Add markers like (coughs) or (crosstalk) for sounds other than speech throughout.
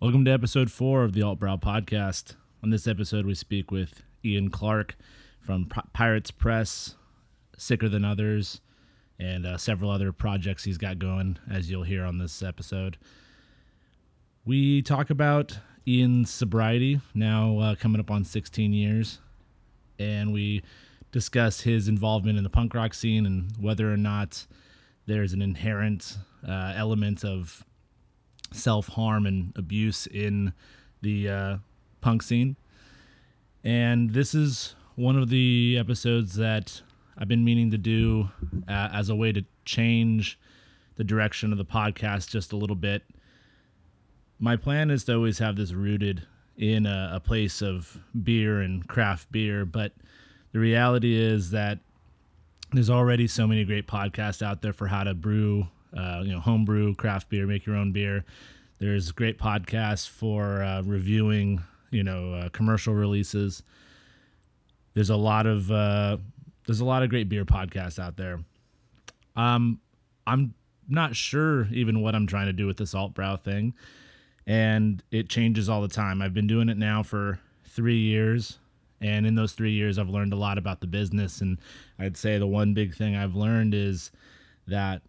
Welcome to episode four of the Alt Brow Podcast. On this episode, we speak with Ian Clark from P- Pirates Press, Sicker Than Others, and uh, several other projects he's got going, as you'll hear on this episode. We talk about Ian's sobriety, now uh, coming up on 16 years, and we discuss his involvement in the punk rock scene and whether or not there's an inherent uh, element of self harm and abuse in the uh, punk scene. And this is one of the episodes that I've been meaning to do uh, as a way to change the direction of the podcast just a little bit. My plan is to always have this rooted in a, a place of beer and craft beer, but the reality is that there's already so many great podcasts out there for how to brew, uh, you know, homebrew, craft beer, make your own beer. There's great podcasts for uh, reviewing, you know, uh, commercial releases. There's a lot of uh, there's a lot of great beer podcasts out there. Um, I'm not sure even what I'm trying to do with this alt brow thing, and it changes all the time. I've been doing it now for three years, and in those three years, I've learned a lot about the business. And I'd say the one big thing I've learned is that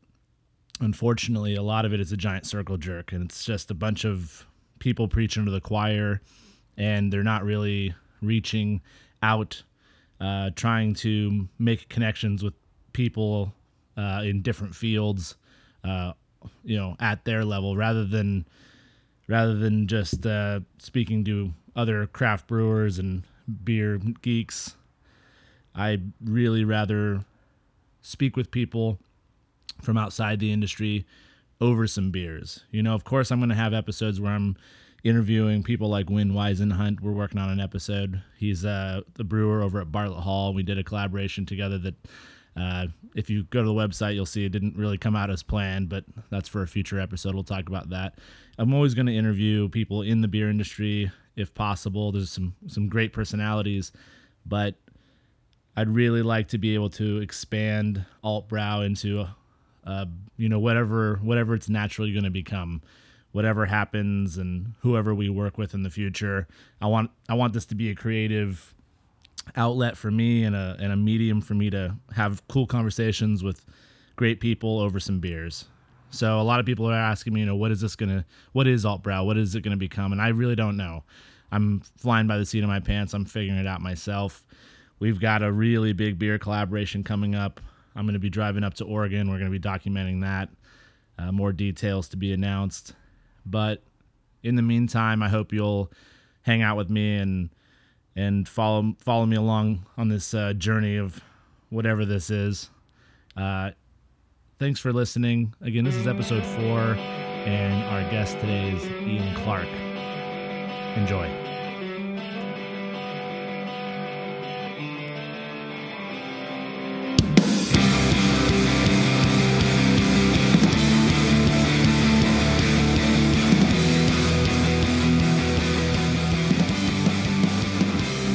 unfortunately, a lot of it is a giant circle jerk, and it's just a bunch of people preaching to the choir, and they're not really reaching out, uh, trying to make connections with people uh, in different fields, uh, you know, at their level, rather than rather than just uh, speaking to other craft brewers and beer geeks. I really rather speak with people from outside the industry over some beers. You know, of course, I'm going to have episodes where I'm interviewing people like Win Weisenhunt. We're working on an episode. He's uh, the brewer over at Bartlett Hall. We did a collaboration together that. Uh, if you go to the website, you'll see it didn't really come out as planned, but that's for a future episode. We'll talk about that. I'm always going to interview people in the beer industry if possible. There's some some great personalities, but I'd really like to be able to expand alt brow into, uh, you know, whatever whatever it's naturally going to become, whatever happens, and whoever we work with in the future. I want I want this to be a creative outlet for me and a and a medium for me to have cool conversations with great people over some beers. So a lot of people are asking me, you know, what is this gonna, what is alt brow, what is it gonna become, and I really don't know. I'm flying by the seat of my pants. I'm figuring it out myself. We've got a really big beer collaboration coming up. I'm gonna be driving up to Oregon. We're gonna be documenting that. Uh, more details to be announced. But in the meantime, I hope you'll hang out with me and and follow follow me along on this uh, journey of whatever this is. Uh, thanks for listening. Again, this is episode four, and our guest today is Ian Clark. Enjoy.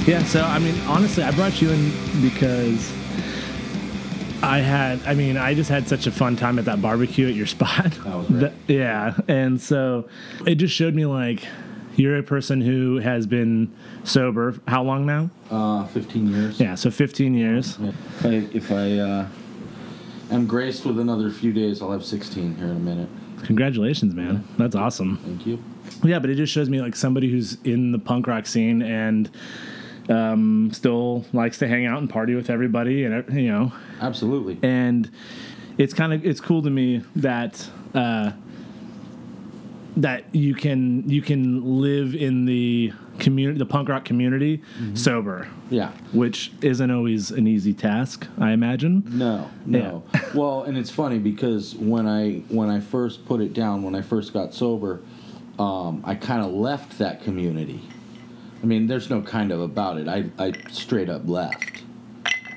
Yeah, so I mean, honestly, I brought you in because I had, I mean, I just had such a fun time at that barbecue at your spot. That (laughs) was great. yeah, and so it just showed me like you're a person who has been sober how long now? Uh, 15 years. Yeah, so 15 years. If I, if I uh, am graced with another few days, I'll have 16 here in a minute. Congratulations, man. That's awesome. Thank you. Yeah, but it just shows me like somebody who's in the punk rock scene and um, still likes to hang out and party with everybody, and you know, Absolutely. and it's kind of it's cool to me that uh, that you can you can live in the community the punk rock community Mm-hmm. sober Yeah. which isn't always an easy task i imagine No, no. well, and it's funny because when I when I first put it down, when I first got sober, um, I kind of left that community. I mean, there's no kind of about it. I I straight up left.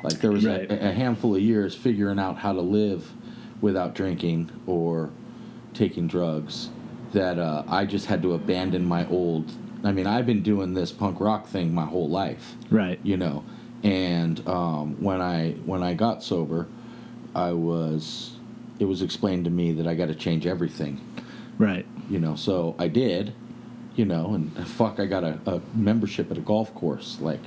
Like there was Right. a, a handful of years figuring out how to live without drinking or taking drugs that uh, I just had to abandon my old. I mean, I've been doing this punk rock thing my whole life right you know and um, when i when i got sober i was it was explained to me that i got to change everything right you know so i did you know, and (laughs) fuck, I got a, a membership at a golf course. (laughs) Like,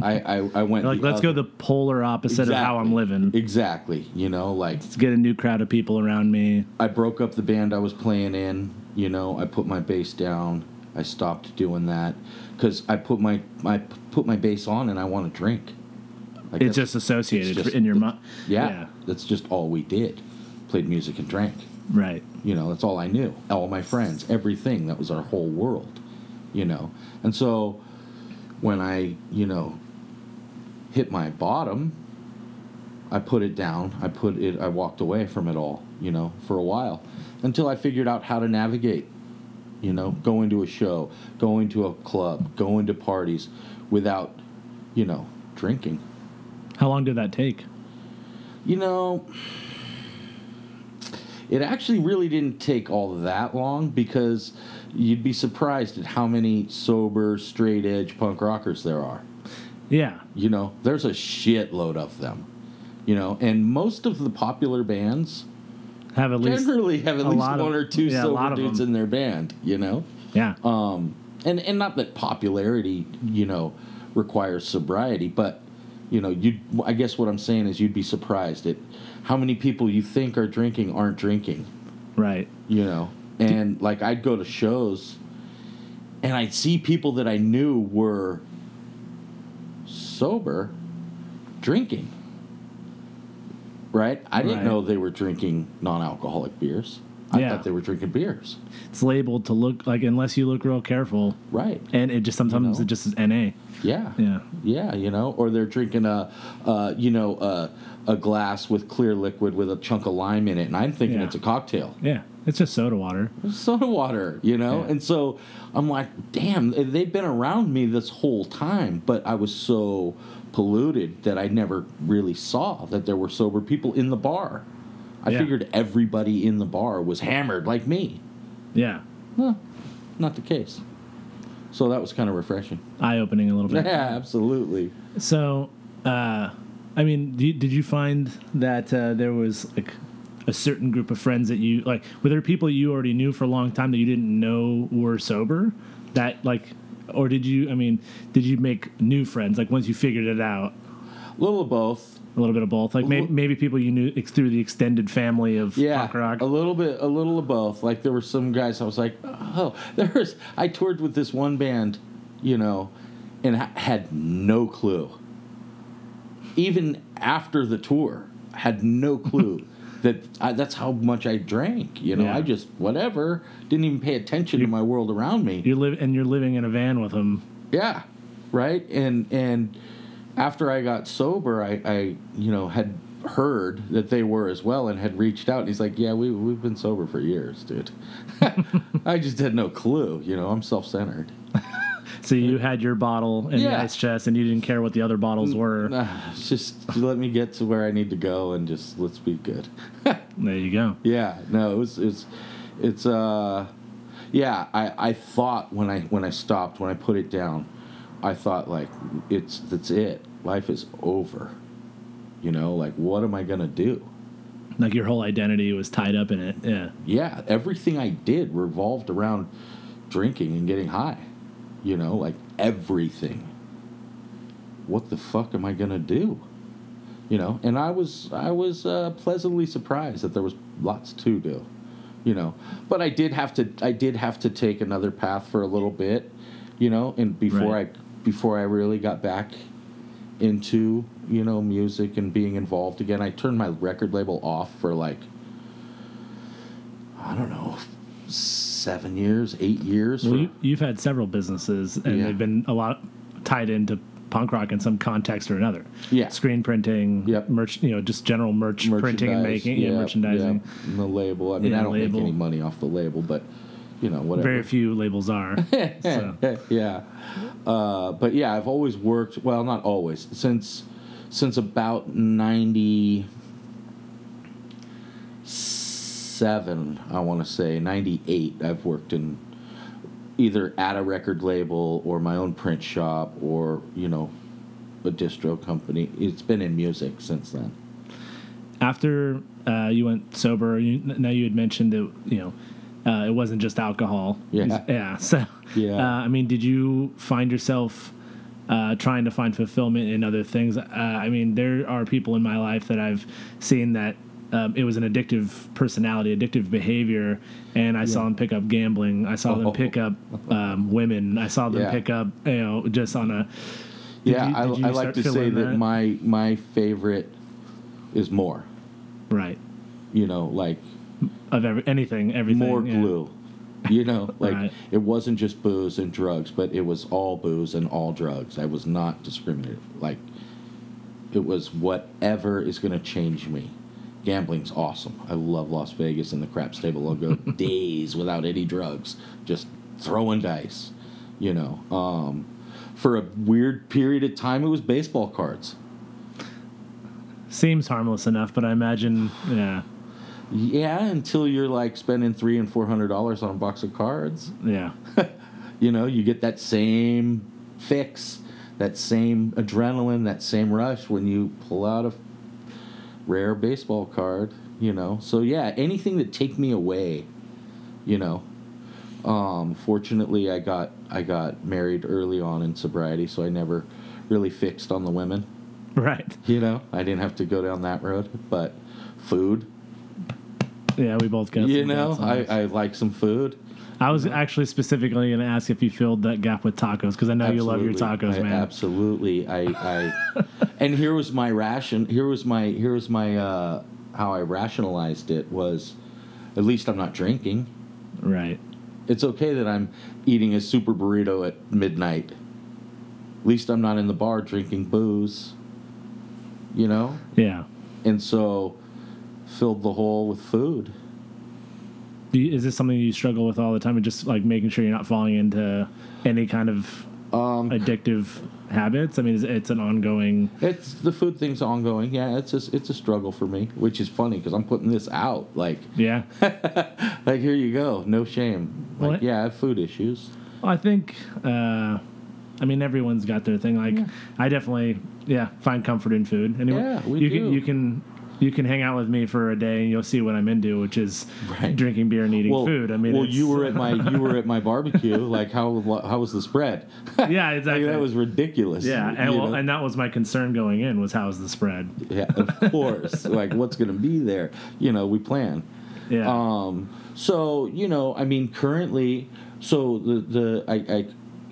I, I, I went Like, the let's go other- the polar opposite of how I'm Exactly. living. Exactly, you know, like Let's get a new crowd of people around me. I broke up the band I was playing in. You know, I put my bass down. I stopped doing that because I put my my put my bass on and I want to drink. Like It's that's- just associated it's just- in your mind. yeah, That's just all we did. Played music and drank. Right. You know, that's all I knew. All my friends, everything. That was our whole world. You know, and so when I you know hit my bottom, I put it down. I put it. I walked away from it all. You know, for a while, until I figured out how to navigate. You know, going to a show, going to a club, going to parties, without, you know, drinking. How long did that take? You know, it actually really didn't take all that long because you'd be surprised at how many sober, straight edge punk rockers there are. Yeah. You know, there's a shitload of them. You know, and most of the popular bands Have at least. generally have at a least lot one of- or two yeah, a lot sober of dudes them. in their band, you know? Yeah. um, and and not that popularity you know requires sobriety but you know you i guess what i'm saying is you'd be surprised at how many people you think are drinking aren't drinking right. you know and like i'd go to shows and i'd see people that i knew were sober drinking right i didn't Right. know they were drinking non-alcoholic beers i Yeah. thought they were drinking beers It's labeled to look like unless you look real careful, right and it just sometimes know? it just is NA. yeah Yeah. Yeah, you know, or they're drinking a, uh, you know, a, a glass with clear liquid with a chunk of lime in it, and I'm thinking Yeah. it's a cocktail, Yeah. It's just soda water. It's soda water, you know. Yeah. And so I'm like, damn, eh, they've been around me this whole time, but I was so polluted that I never really saw that there were sober people in the bar. I Yeah. figured everybody in the bar was hammered like me. Yeah. No, not the case. So that was kind of refreshing. (laughs) Eye opening a little Yeah, bit. absolutely. So, uh, I mean, do you, did you find that uh, there was like a certain group of friends that you like? Were there people you already knew for a long time that you didn't know were sober? That like, or did you? I mean, did you make new friends? Like once you figured it out, A little of both. a little bit of both. Like may, Well- maybe people you knew ex- through the extended family of Yeah, punk rock. a little bit, a little of both. Like there were some guys I was like, oh, there was. I toured with this one band, you know, and I had no clue. Even after the tour, I had (laughs) no clue that I, that's how much I drank. You know, Yeah. I just whatever didn't even pay attention to my world around me. You're live and you're living in a van with them. Yeah, right. And and after I got sober, I, I you know had heard that they were as well and had reached out. And he's like, "Yeah, we we've been sober for years, dude. (laughs) I just had no clue. You know, I'm self centered. So you had your bottle in the Yeah. ice chest, and you didn't care what the other bottles were. just let me get to where I need to go and just let's be good." There you go. Yeah, no, it was it's it's uh yeah, I I thought when I when I stopped, when I put it down, I thought like it's that's it. Life is over. You know, like what am I going to do? Like your whole identity was tied up in it. Yeah. Yeah, everything I did revolved around drinking and getting high. You know, like everything. What the fuck am I going to do? You know, and I was I was uh, pleasantly surprised that there was lots to do. You know, but I did have to I did have to take another path for a little bit, you know, and before Right. I before I really got back into, you know, music and being involved again, I turned my record label off for like I don't know, seven years, eight years. Well, for- you, you've had several businesses, and Yeah. they've been a lot tied into punk rock in some context or another. Yeah. Screen printing, Yep. merch, you know, just general merch printing and Merchandise, making, yeah, yeah, merchandising. yeah, and the label. I mean, Yeah, I don't label. make any money off the label, but you know, whatever. Very few labels (laughs) are. so. yeah. Uh, but yeah, I've always worked. Well, not always. Since since about ninety seven, I want to say ninety eight. I've worked in either at a record label or my own print shop or you know a distro company. It's been in music since then. After uh, you went sober, you, now you had mentioned that you know Uh, it wasn't just alcohol. Yeah. Yeah. (laughs) So, Yeah. Uh, I mean, did you find yourself uh, trying to find fulfillment in other things? Uh, I mean, there are people in my life that I've seen that um, it was an addictive personality, addictive behavior, and I saw them pick up gambling. I saw them pick (laughs) up um, women. I saw them Yeah. pick up, you know, just on a. Did yeah, you- I, did you I like start to say feeling that my my favorite is more. right You know, like of every, anything, everything. more yeah. glue. You (laughs) know, like Right. it wasn't just booze and drugs, but it was all booze and all drugs. I was not discriminative. Like it was whatever is going to change me. Gambling's awesome. I love Las Vegas and the craps table. I'll (laughs) go days without any drugs, just throwing dice. You know, um, for a weird period of time, it was baseball cards. Seems harmless enough, but I imagine, yeah, Yeah, until you're like spending three and four hundred dollars on a box of cards. yeah. (laughs) you know you get that same fix that same adrenaline that same rush when you pull out a rare baseball card you know so yeah anything that take me away you know um fortunately i got i got married early on in sobriety so i never really fixed on the women Right. you know i didn't have to go down that road but food Yeah, we both got. you some know bad I, songs. I like some food I was actually specifically going to ask if you filled that gap with tacos because I know you love your Absolutely. tacos, I- man. Absolutely. I, (laughs) I and here was my ration. Here was my here was my uh, how I rationalized it was, at least I'm not drinking. Right. It's okay that I'm eating a super burrito at midnight. At least I'm not in the bar drinking booze. You know, Yeah. and so filled the hole with food. Do you, is this something you struggle with all the time, and just like making sure you're not falling into any kind of Um, addictive habits? I mean, it's, it's an ongoing. It's the food thing's ongoing. Yeah, it's a, it's a struggle for me, which is funny because I'm putting this out like Yeah. like here you go, no shame. Like What? yeah, I have food issues. Well, I think, uh, I mean, everyone's got their thing. Like, I definitely, yeah, find comfort in food. Anyway, Yeah, we you do. can you can you can hang out with me for a day, and you'll see what I'm into, which is Right. drinking beer and eating Well, food. I mean, well, it's- you were at my (laughs) you were at my barbecue. Like how how was the spread? (laughs) yeah, Like, exactly. that was ridiculous. yeah, and, you well, know? and that was my concern going in was how's the spread? yeah, (laughs) of course. like what's gonna be there? You know, we plan. Yeah, Um, so you know, I mean, currently, so the the I I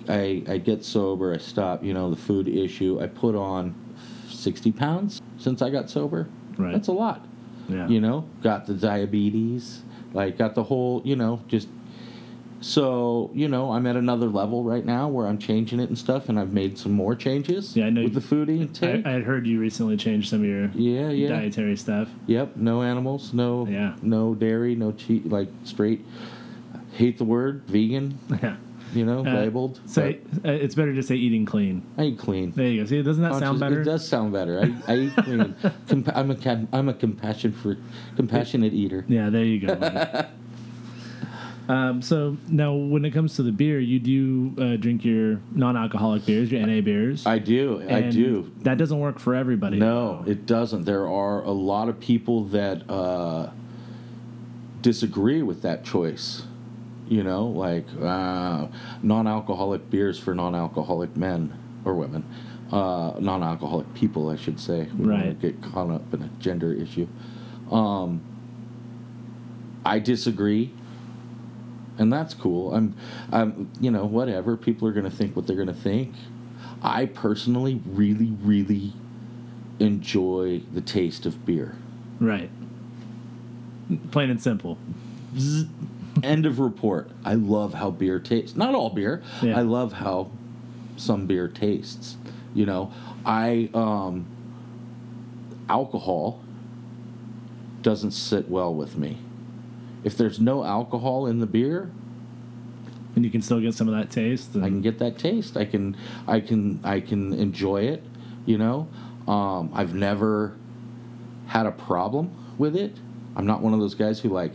I, I get sober. I stop. You know, the food issue. I put on sixty pounds since I got sober. Right. That's a lot. yeah, you know got the diabetes like got the whole you know just so you know i'm at another level right now where i'm changing it and stuff and i've made some more changes Yeah, I know with you- the food I, intake I had heard you recently changed some of your yeah yeah dietary stuff. (laughs) yep no animals no Yeah. no dairy no cheese like straight hate the word vegan Yeah. you know Uh, labeled So uh, it's better to say eating clean. but i eat clean There you go. See, doesn't that sound Conscious- better? It does sound better. I, I eat (laughs) clean. Compa- I'm a com- I'm a compassion for compassionate eater. Yeah, there you go. (laughs) man. um, so now, when it comes to the beer, you do uh, drink your non-alcoholic beers, your NA beers. I do. I and do. That doesn't work for everybody. No, it doesn't. There are a lot of people that uh, disagree with that choice. You know, like uh, non alcoholic beers for non alcoholic men or women, uh, non alcoholic people, I should say. We don't wanna Right. Get caught up in a gender issue. Um, I disagree. And that's cool. I'm, I'm, you know, whatever. People are going to think what they're going to think. I personally really, really enjoy the taste of beer. right? Plain and simple. End of report. I love how beer tastes. Not all beer. Yeah. I love how some beer tastes. You know, I um alcohol doesn't sit well with me. If there's no alcohol in the beer, And you can still get some of that taste. and- I can get that taste. I can I can I can enjoy it, you know. Um, I've never had a problem with it. I'm not one of those guys who like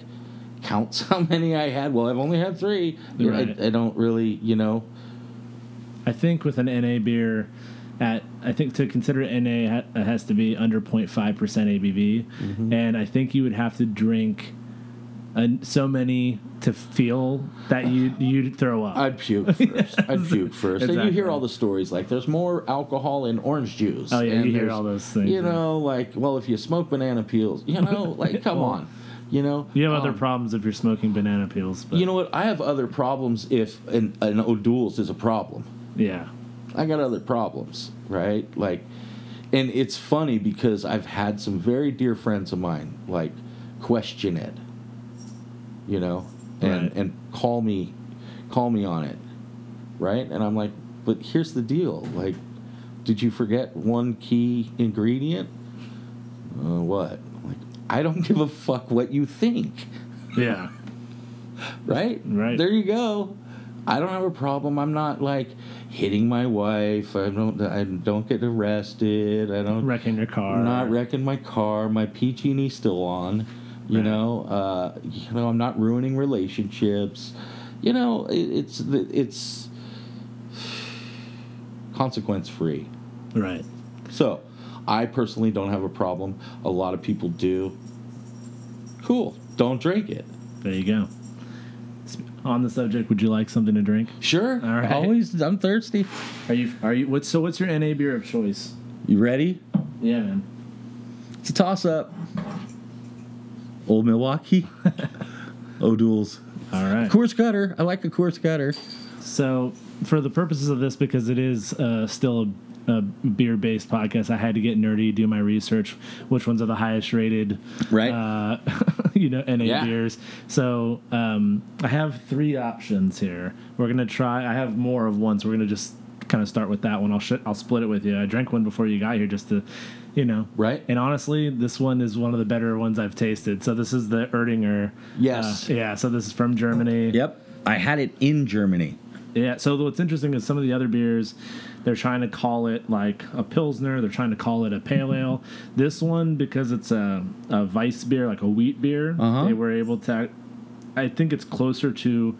counts (laughs) how many I had. Well, I've only had three. You know, Right. I, I don't really, you know. I think with an NA beer, at I think to consider it NA ha- it Mm-hmm. has to be under 0.5 percent ABV, and I think you would have to drink and so many to feel that you you'd throw up. I'd (laughs) puke first. I'd puke first. And you Exactly. hear all the stories like there's more alcohol in orange juice. Oh, yeah, and you hear there's- all those things, You yeah. know, like well, if you smoke banana peels, you know, (laughs) like come on, you know. you have other Um, problems if you're smoking banana peels, but You know what? I have other problems. If an, an O'Doul's is a problem, yeah, I got other problems, right? Like, and it's funny because I've had some very dear friends of mine like question it, you know, and Right. and call me, call me on it, right? And I'm like, but here's the deal, like, did you forget one key ingredient? Uh, what? I'm Like, I don't (laughs) give a fuck what you think yeah, right? Right. There you go. I don't have a problem. I'm not like hitting my wife. I don't. I don't get arrested. I don't. wrecking your car. I'm not wrecking my car. My PG&E still on. You Right. know. Uh, you know. I'm not ruining relationships. You know. It, it's the- it's consequence free. right. So, I personally don't have a problem. A lot of people do. Cool. Don't drink it. There you go. Sp- On the subject, would you like something to drink? Sure. All right. Always. I'm thirsty. Are you are you what's so what's your NA beer of choice? You ready? Yeah, man. It's a toss up. Old (laughs) Milwaukee. O'Doul's. All right. Coors Cutter. I like a Coors Cutter. So, for the purposes of this, because it is uh, still a, a beer based podcast, I had to get nerdy, do my research, which ones are the highest rated, Right. Uh, (laughs) you know, NA Yeah. beers. So, um, I have three options here. We're gonna try. I have more of one, so we're gonna just kind of start with that one. I'll sh- I'll split it with you. I drank one before you got here, just to, you know, Right. And honestly, this one is one of the better ones I've tasted. So this is the Erdinger. Yes. Uh, yeah. So this is from Germany. Yep. I had it in Germany. Yeah. So what's interesting is some of the other beers, they're trying to call it like a pilsner. They're trying to call it a pale Mm-hmm. ale. This one, because it's a a vice beer, like a wheat beer, Uh-huh. they were able to. I think it's closer to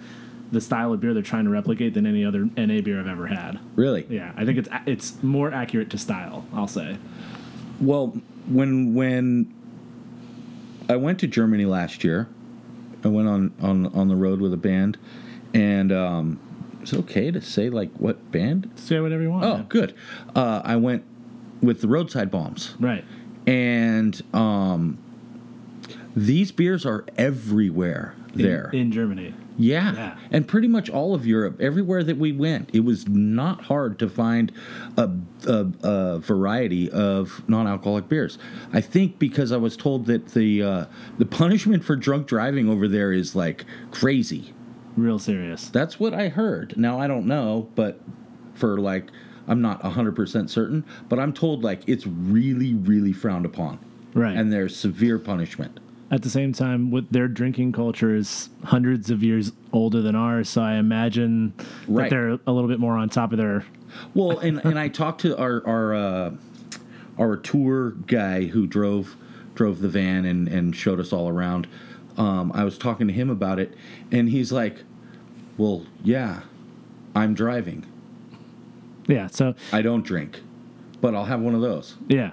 the style of beer they're trying to replicate than any other NA beer I've ever had. Really? Yeah, I think it's a- it's more accurate to style. I'll say. Well, when when I went to Germany last year, I went on on on the road with a band, and um, it's okay to say like what band? Say whatever you want. Oh, man. good. Uh, I went with the Roadside Bombs. right. and um, these beers are everywhere In- there. in, Germany. yeah. yeah. and pretty much all of Europe, everywhere that we went, it was not hard to find a, a, a variety of non-alcoholic beers. I think because I was told that the uh, the punishment for drunk driving over there is like crazy. Real serious. That's what I heard. Now I don't know, but for like. I'm not 100% certain, but I'm told like it's really, really frowned upon Right. and there's severe punishment. At the same time, what their drinking culture is hundreds of years older than ours, so I imagine Right. that they're a little bit more on top of their. Well, and and I talked to our our uh, our tour guy who drove drove the van and and showed us all around. Um, I was talking to him about it, and he's like, "Well, yeah, I'm driving. Yeah. So I don't drink, but I'll have one of those." yeah.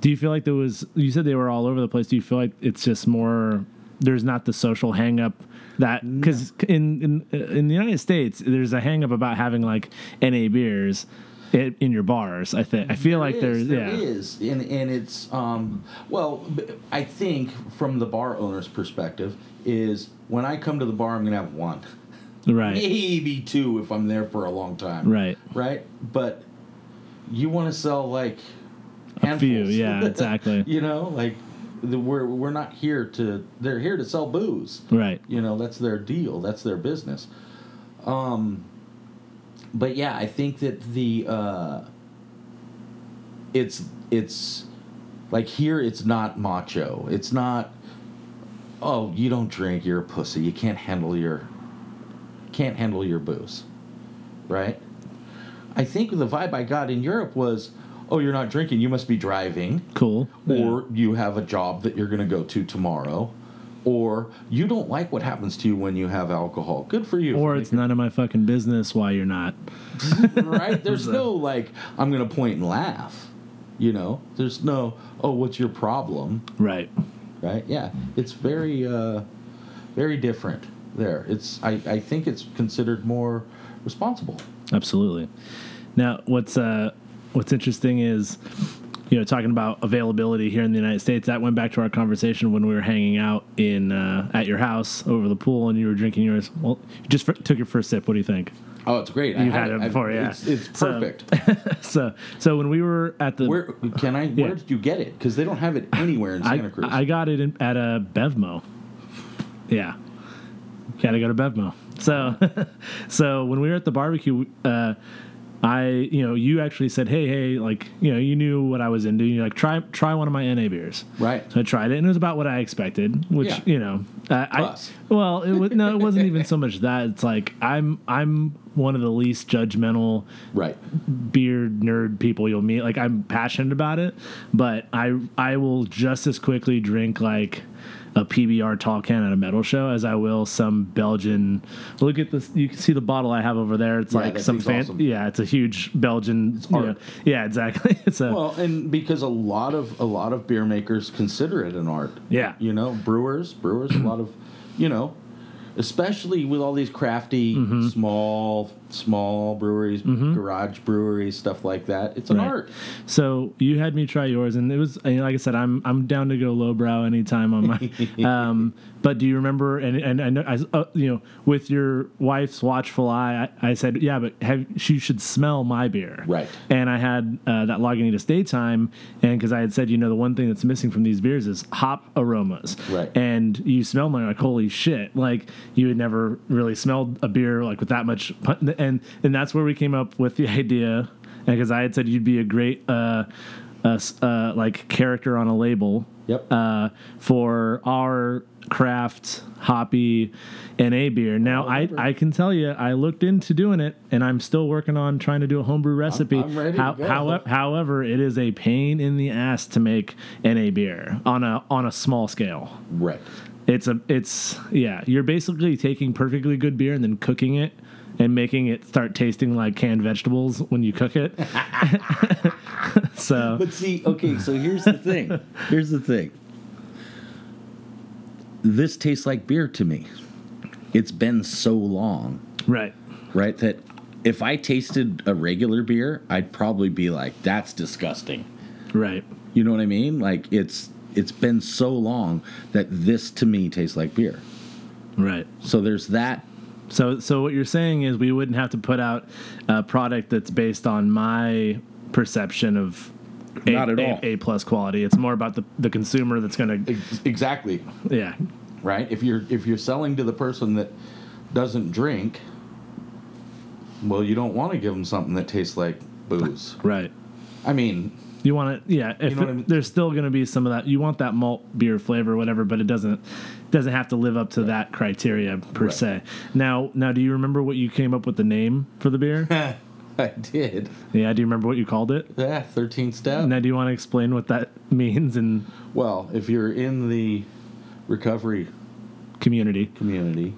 Do you feel like there was? You said they were all over the place. Do you feel like it's just more? There's not the social hang up that because in in in the United States there's a hang up about having like NA beers in, in your bars. I think I feel like there's there yeah is, and and it's um well, b- I think from the bar owner's perspective is when I come to the bar, I'm gonna have one, (laughs) right maybe two if I'm there for a long time, right right? But you want to sell like a few handfuls. (laughs) yeah exactly you know, like the, we're we're not here to. They're here to sell booze. right You know, that's their deal. That's their business. Um, but yeah, I think that the uh, it's it's like here it's not macho. It's not. Oh, you don't drink. You're a pussy. You can't handle your can't handle your booze, right? I think the vibe I got in Europe was, oh, you're not drinking. You must be driving cool Yeah. or you have a job that you're going to go to tomorrow, or you don't like what happens to you when you have alcohol. Good for you. or it's none of my fucking business why you're not. (laughs) right? There's no like I'm going to point and laugh. You know, there's no oh what's your problem, Right. right? Yeah, it's very uh, very different there. It's I, I think it's considered more responsible. Absolutely. Now, what's uh, what's interesting is, you know, talking about availability here in the United States. That went back to our conversation when we were hanging out in uh, at your house over the pool, and you were drinking yours. Well, you just fir- took your first sip. What do you think? (laughs) Oh, it's great. You had it before, yeah. It's, it's So- (laughs) perfect. So, so when we were at the where can I? Where did you get it? Because they don't have it anywhere in Santa I, Cruz. I got it in, at a Bevmo. Yeah, gotta go to Bevmo. So, (laughs) so when we were at the barbecue, uh, I you know you actually said, hey, hey, like you know you knew what I was into. You're like try try one of my NA beers. Right. So I tried it, and it was about what I expected. Which Yeah. you know, uh, I Plus. well, it was no, it wasn't even so much that. It's like I'm I'm one of the least judgmental right. beer nerd people you'll meet. Like I'm passionate about it, but I I will just as quickly drink like a PBR tall can at a metal show as I will some Belgian. Look at this. You can see the bottle I have over there. It's Yeah, like that some thing's fan. awesome. Yeah, it's a huge Belgian. you art. know- yeah, (laughs) exactly. It's a Well, and because a lot of a lot of beer makers consider it an art. Yeah. You know, brewers, brewers, a lot of, you know, especially with all these crafty small small breweries, garage breweries, stuff like that. It's an Right. art. So you had me try yours, and it was and like I said, I'm I'm down to go lowbrow anytime on (laughs) my. um, but do you remember? And and I know, I, uh, you know, with your wife's watchful eye, I, I said, yeah, but have, she should smell my beer, Right. And I had uh, that Lagunitas daytime, and because I had said, you know, the one thing that's missing from these beers is hop aromas, Right. And you smell them, and you're like holy shit, like you had never really smelled a beer like with that much, pun- and and that's where we came up with the (laughs) idea because I had said you'd be a great uh, uh, s- uh, like character on a label. Yep. Uh, for our craft hoppy NA beer. Now I, I can tell you I looked into doing it and I'm still working on trying to do a homebrew recipe. I'm ready to go. howe- however, it is a pain in the ass to make NA beer on a on a small scale. Right. It's a it's yeah, you're basically taking perfectly good beer and then cooking it and making it start tasting like canned vegetables when you cook it. (laughs) so But see, okay, so here's the thing. (laughs) here's the thing. This tastes like beer to me. It's been so long. right. right? That if I tasted a regular beer, I'd probably be like, "That's disgusting." Right. You know what I mean? Like it's it's been so long that this to me tastes like beer. Right. So there's that. So, so what you're saying is we wouldn't have to put out a product that's based on my perception of a, Not at a- all. a plus quality. It's more about the, the consumer that's going to Exactly, yeah right? If you're if you're selling to the person that doesn't drink, well, you don't want to give them something that tastes like (laughs) booze. right. I mean, (laughs) You want to yeah. If know what I it- mean? there's still going to be some of that. You want that malt beer flavor, whatever, but it doesn't doesn't have to live up to that criteria per Right. se. Now, now, do you remember what you came up with the name for the (laughs) beer? I did. yeah. Do you remember what you called it? Yeah, 13 step. Now, do you want to explain what that (laughs) means in Well, if you're in the recovery community? community,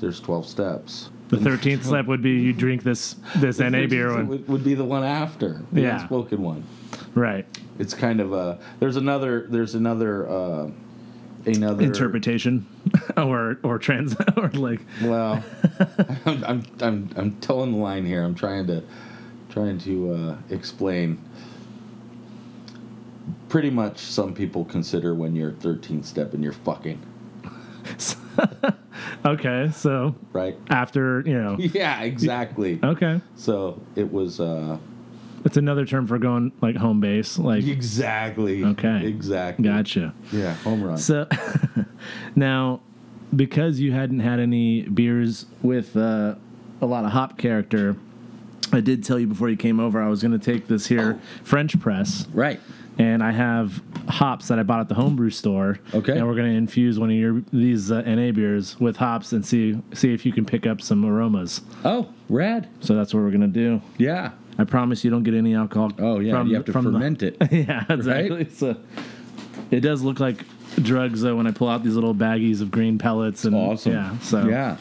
there's 12 steps. The (laughs) thirteenth step would be you drink this this NA beer one, would, would be the one after the Yeah. unspoken one. right? It's kind of a there's another there's another uh, another Interpretation, (laughs) or or trans, (laughs) or like (laughs) Well, (laughs) I'm, I'm I'm I'm towing the line here. I'm trying to trying to uh, explain. Pretty much, some people consider when you're 13 step and you're fucking okay, so right. (laughs) after you know, Yeah, exactly. okay, So it was uh, it's another term for going like home base, like exactly Okay. exactly. gotcha. Yeah, home run. So (laughs) now, because you hadn't had any beers with uh, a lot of hop character, I did tell you before you came over I was going to take this here Oh. French press. right. and I have hops that I bought at the homebrew store. Okay. and we're gonna infuse one of your these uh, NA beers with hops and see see if you can pick up some aromas. Oh, rad. So that's what we're gonna do. Yeah. I promise you don't get any alcohol. Oh yeah. you have to the- (laughs) ferment it. yeah, exactly. So it does look like drugs though when I pull out these little baggies of green pellets and Awesome. yeah. So yeah.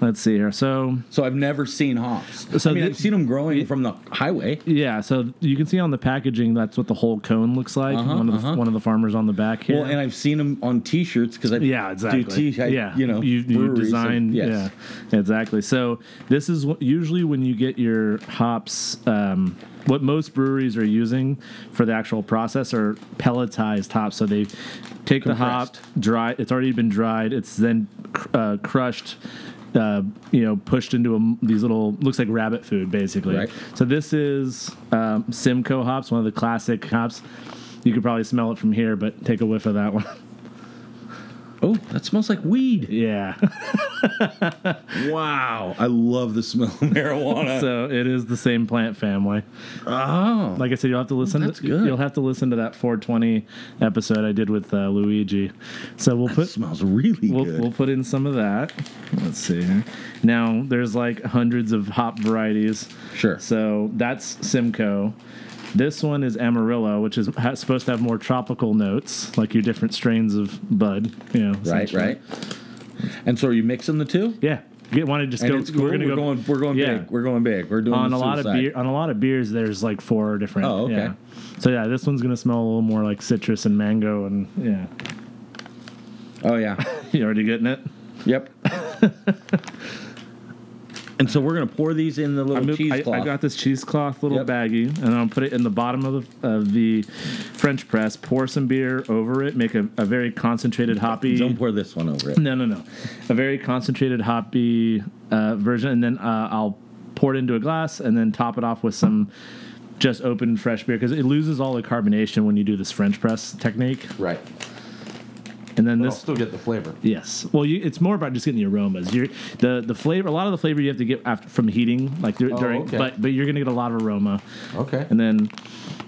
Let's see here. So So I've never seen hops. So I mean, thi- I've seen them growing from the highway. yeah, so you can see on the packaging that's what the whole cone looks like. Uh-huh, one of the uh-huh. one of the farmers on the back here. Well, and I've seen them on T-shirts because I yeah, exactly. do t- I, yeah, you know, you, you breweries, so- design. yes. Yeah, exactly. So this is what, usually when you get your hops. Um, what most breweries are using for the actual process are pelletized hops. So they take the hop, Compressed. dry. It's already been dried. It's then cr- uh, crushed. Uh, you know, pushed into a m these little looks like rabbit food basically. Right. So this is um, Simcoe hops, one of the classic hops. You could probably smell it from here, but take a whiff of that one. (laughs) Oh, that smells like weed. yeah. Wow, I love the smell of (laughs) marijuana. so it is the same plant family. oh, Like I said, you'll have to listen. That's to, good. You'll have to listen to that 420 episode I did with uh, Luigi. So we'll (laughs) it put smells really we'll, good. we'll put in some of that. Let's see. here. Now there's like hundreds of hop varieties. Sure. So that's Simcoe. This one is Amarillo, which is ha- supposed to have more tropical notes, like your different strains of bud. You know, right, essentially. right. And so, are you mixing the two? Yeah, you want to just And go? it's cool. We're, gonna go- going. We're going Yeah. big. We're going big. We're doing on the a lot of suicide. beer on a lot of beers there's like four different Oh, okay. yeah. so yeah this one's gonna smell a little more like citrus and mango and yeah Oh yeah. (laughs) you already getting it Yep. and so we're gonna pour these in the I, little moved- I- cheesecloth. I got this cheesecloth little Yep. baggie and i'll put it in the bottom of the, of the french press pour some beer over it make a, a very concentrated hoppy Don't pour this one over it. no no no a very concentrated hoppy uh, version and then uh, i'll pour it into a glass and then top it off with some just open fresh beer because it loses all the carbonation when you do this french press technique Right. And then I'll this, still get the flavor. yes. Well, you, it's more about just getting the aromas. You're, the the flavor, a lot of the flavor you have to get after from heating, like dur- Oh, during. okay. But but you're gonna get a lot of aroma. Okay. And then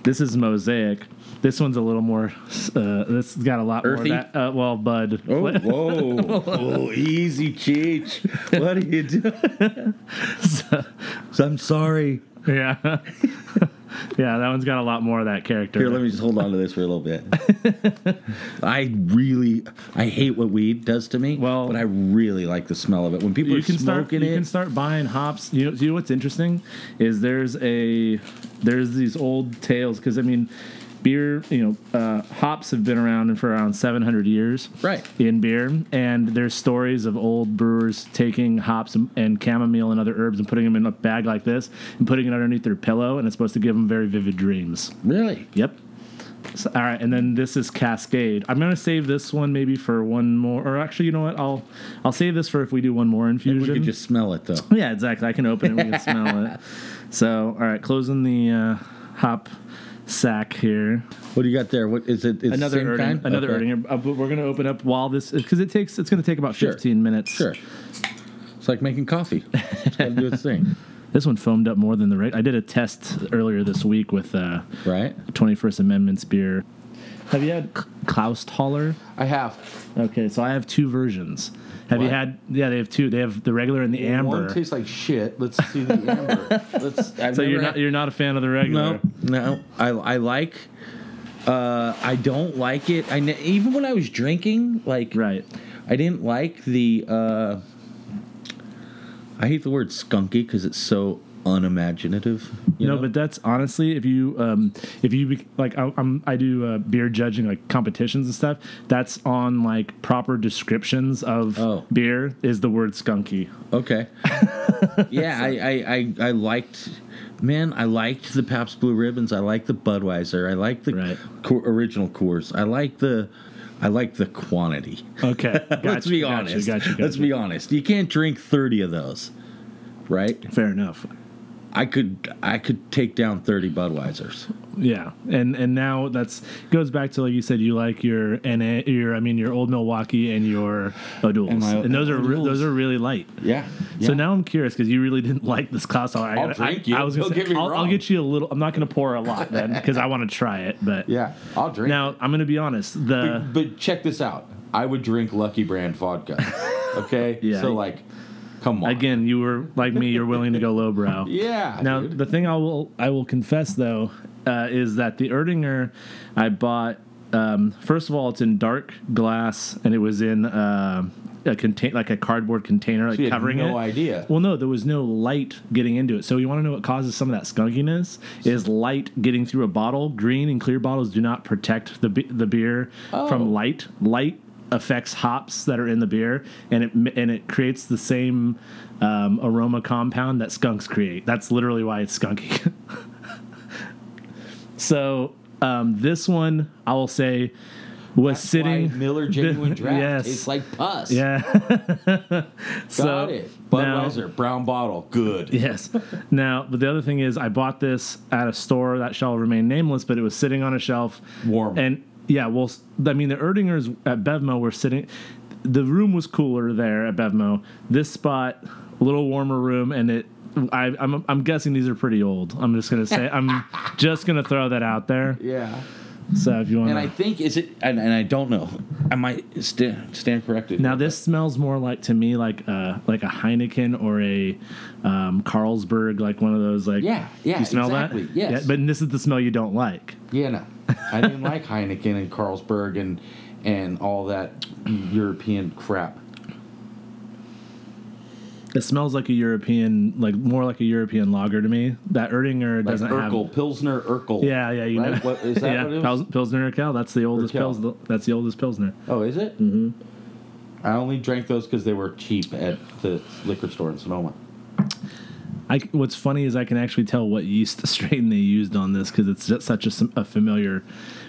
this is mosaic. This one's a little more. Uh, this has got a lot Earthy? more. Of that, uh, well, bud. Oh, whoa. oh, easy, Cheech. What are you doing? (laughs) I'm sorry. (laughs) Yeah. (laughs) yeah, that one's got a lot more of that character. Here, let me just hold on to this for a (laughs) little bit. I really, I hate what weed does to me. Well- but I really like the smell of it. When people you are can start. You smoking can it, start buying hops. You know, you know what's interesting is there's a there's these old tales because I mean, beer. You know, uh, hops have been around for around 700 years. Right. In beer, and there's stories of old brewers taking hops and, and chamomile and other herbs and putting them in a bag like this and putting it underneath their pillow, and it's supposed to give them very vivid dreams. really. Yep. So, all right, and then this is Cascade. I'm gonna save this one maybe for one more, or actually, you know what? I'll I'll save this for if we do one more infusion. We could just smell it though. (laughs) yeah, exactly. I can open it. We can smell (laughs) it. So, all right, closing the uh, hop sack here. What do you got there? What is it? It's Another the same Erdinger, kind? another Okay. Erdinger. Uh, but we're gonna open up while this because it takes. It's gonna take about Sure. 15 minutes. Sure. It's like making coffee. It's got to do (laughs) its thing, This one foamed up more than the rate. I did a test earlier this week with uh, right? 21st Amendment beer. Have you had Klausthaler? I have Okay, so I have two versions. Have you What? had? Yeah, they have two. They have the regular and the amber. like shit. Let's see (laughs) the amber. Let's. I've so you're not you're not a fan of the regular. no, no. I I like. Uh, I don't like it. I ne- even when I was drinking, like Right. I didn't like the. Uh, I hate the word skunky because it's so unimaginative. You no, know? but that's honestly, if you um, if you bec- like, I, I'm I do uh, beer judging like competitions and stuff. That's on like proper descriptions of Oh. beer is the word skunky. (laughs) Okay. yeah, I, I, I, I liked, man, I liked the Pabst Blue Ribbons. I liked the Budweiser. I liked the Right. co- original Coors. I like the, I like the quantity. Okay, (laughs) Let's gotcha, be gotcha, honest. Gotcha, gotcha, Let's be honest. You can't drink thirty of those, right? fair enough. I could, I could take down thirty Budweisers. Yeah, and and now that's goes back to like you said, you like your NA, your I mean your old Milwaukee and your O'Douls, and, And my- those are re- O'Doul's. those are really light. Yeah. So now I'm curious because you really didn't (laughs) like this class. I, I'll drink you. I was gonna Don't say, get me I'll, I'll wrong. get you a little. I'm not gonna pour a lot then because I want to try it. But yeah, I'll drink. now I'm gonna be honest. The (laughs) But- but check this out. I would drink Lucky Brand (laughs) vodka. Okay. Yeah. So like, come on. again, you were like me. You're willing to go lowbrow. Yeah. Now dude. the thing I will I will confess though uh, is that the Erdinger I bought. Um, first of all, it's in dark glass, and it was in uh, a contain like a cardboard container, like You had covering it. no idea. Well, no, there was no light getting into it. So you want to know what causes some of that skunkiness? Is light getting through a bottle? Green and clear bottles do not protect the be- the beer Oh. from light. Light affects hops that are in the beer, and it mi- and it creates the same um, aroma compound that skunks create. That's literally why it's skunky. (laughs) so um, this one, I will say, was sitting. Why (laughs) Miller genuine draft. Yes. It's like pus. (laughs) Yeah. Got so, it. now- Budweiser, brown bottle, good. Yes. Now, but the other thing is, I bought this at a store that shall remain nameless, but it was sitting on a shelf. Warm. And yeah, well, s- I mean, the Erdingers at Bevmo were sitting. The room was cooler there at Bevmo. This spot, a little warmer room, and it. I, I'm, I'm guessing these are pretty old. I'm just gonna say (laughs) I'm just gonna throw that out there. Yeah. So if you want, And I think is it, and, and I don't know. I might stand stand corrected. Now this smells more like to me like a like a Heineken or a um, Carlsberg, like one of those like Yeah, yeah, You smell exactly, that? yes. but this is the smell you don't like. Yeah, no. I didn't like Heineken and Carlsberg and and all that (clears throat) European crap. It smells like a European, like more like a European lager to me. That Erdinger Like doesn't Urkel, Pilsner Urkel. have. Yeah, yeah, you Right? know. What- is (laughs) that yeah, what it was? Pils- Pilsner Urquell. That's the oldest Urquell. Pils- That's the oldest Pilsner. Oh, is it? Mm-hmm. I only drank those because they were cheap at the liquor store in Sonoma. I c what's funny is I can actually tell what yeast (laughs) strain they used on this because it's just such a, sim- a familiar.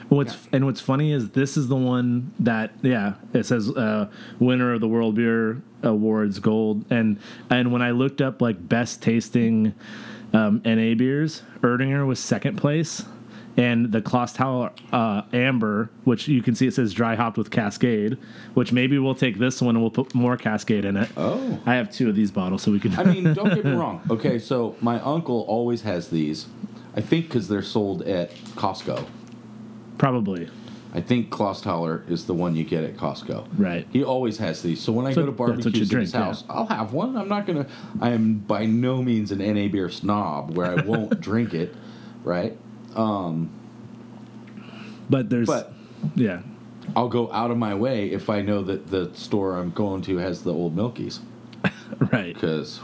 But what's and what's funny is this is the one that yeah it says uh, winner of the World Beer Awards gold and and when I looked up like best tasting um, NA beers, Erdinger was second place. And the Klostal uh, Amber, which you can see it says dry hopped with Cascade, which maybe we'll take this one and we'll put more Cascade in it. Oh. I have two of these bottles, so we can. I mean, don't get me wrong. Okay, so my uncle always has these. I think because they're sold at Costco. (laughs) Probably. I think Klausthaler is the one you get at Costco. Right. He always has these. So when I So go to that's what you barbecues at his drink, yeah. house, I'll have one. I'm not gonna. I am by no means an NA beer snob where (laughs) I won't drink it, right? But there's But- yeah. I'll go out of my way if I know that the store I'm going to has the old Milkies Right. because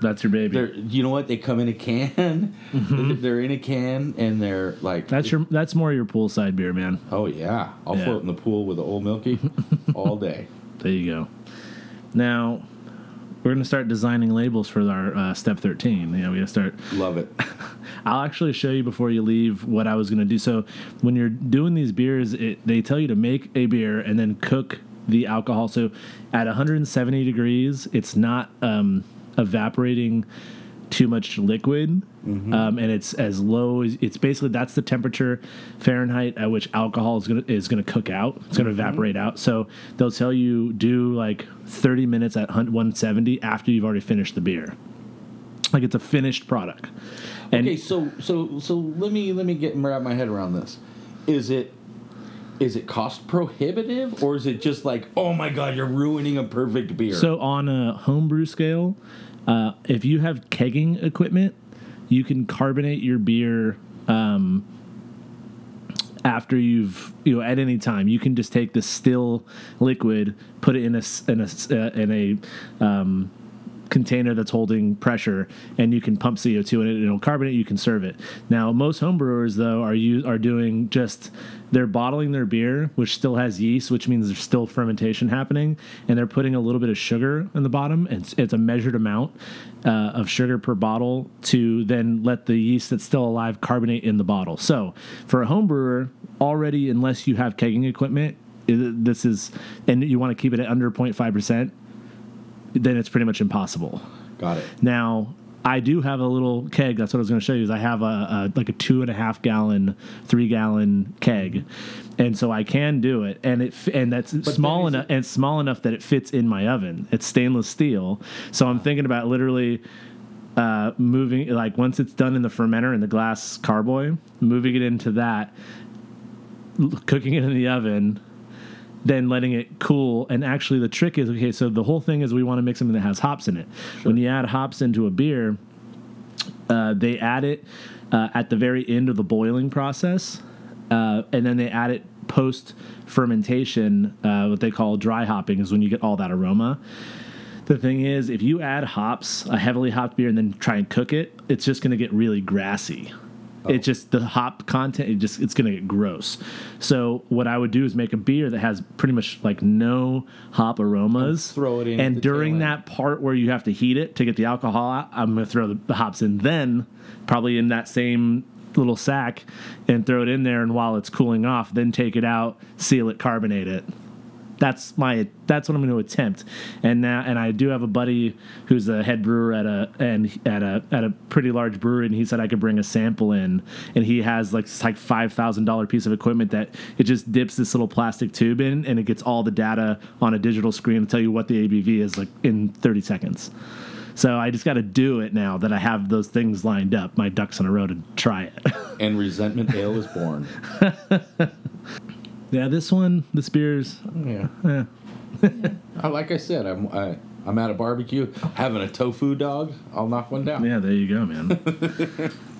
That's your baby. they're. You know what? They come in a can. (laughs) They're in a can and they're like. Mm-hmm. that's your that's more your poolside beer, man. Oh yeah, I'll Yeah. float in the pool with the old (laughs) Milky all day. There you go. Now we're gonna start designing labels for our uh, step thirteen. You know, we gotta start Love it. I'll actually show you before you leave what I was going to do. So when you're doing these beers, it, they tell you to make a beer and then cook the alcohol. So at 170 degrees, it's not um, evaporating too much liquid, um, and it's as low as it's basically that's the temperature Fahrenheit at which alcohol is gonna is gonna cook out. It's gonna evaporate out. So they'll tell you do like 30 minutes at hun- 170 after you've already finished the beer. Like it's a finished product. And Okay, so so so let me let me get wrap my head around this. Is it is it cost prohibitive or is it just like oh my god you're ruining a perfect beer? So on a homebrew scale, uh, if you have kegging equipment, you can carbonate your beer um, after you've you know at any time. You can just take the still liquid, put it in a s- in a s- uh, in a um, container that's holding pressure and you can pump CO2 in it and it'll carbonate you can serve it. Now most homebrewers though are you are doing just they're bottling their beer which still has yeast which means there's still fermentation happening and they're putting a little bit of sugar in the bottom and it's, it's a measured amount uh, of sugar per bottle to then let the yeast that's still alive carbonate in the bottle. So for a homebrewer already unless you have kegging equipment i- this is and you want to keep it at under 0.5% then it's pretty much impossible. Got it. Now, I do have a little keg. That's what I was going to show you. Is I have a, a like a two and a half gallon, three gallon keg, and so I can do it. And it f- and that's small then is enough and it's small enough that it fits in my oven. It's stainless steel, so I'm thinking about literally. Uh, moving like once it's done in the fermenter in the glass carboy, moving it into that, l- cooking it in the oven, then letting it cool. And actually, the trick is okay. So the whole thing is we want to make something that has hops in it. When you add hops into a beer, uh, they add it uh, at the very end of the boiling process, uh, and then they add it post fermentation, uh, what they call dry hopping, is when you get all that aroma. The thing is, if you add hops, a heavily hopped beer, and then try and cook it, it's just going to get really grassy. Oh. It just the hop content. It just it's going to get gross. So what I would do is make a beer that has pretty much like no hop aromas. throw it in at And the during tail that end. part where you have to heat it to get the alcohol out, I'm going to throw the, the hops in then, probably in that same little sack, and throw it in there. And while it's cooling off, then take it out, seal it, carbonate it. That's my that's what I'm going to attempt. And now and I do have a buddy who's the head brewer at a and at a at a pretty large brewery, and he said I could bring a sample in, and he has like this like five thousand dollar piece of equipment that it just dips this little plastic tube in, and it gets all the data on a digital screen to tell you what the ABV is like in 30 seconds. So I just got to do it now that I have those things lined up, my ducks in a row to try it. (laughs) And resentment ale is born. yeah, this one, this beer's Yeah. I- like I said, I'm I, I'm at a barbecue having a tofu dog. I'll knock one down. Yeah, there you (laughs) go, man.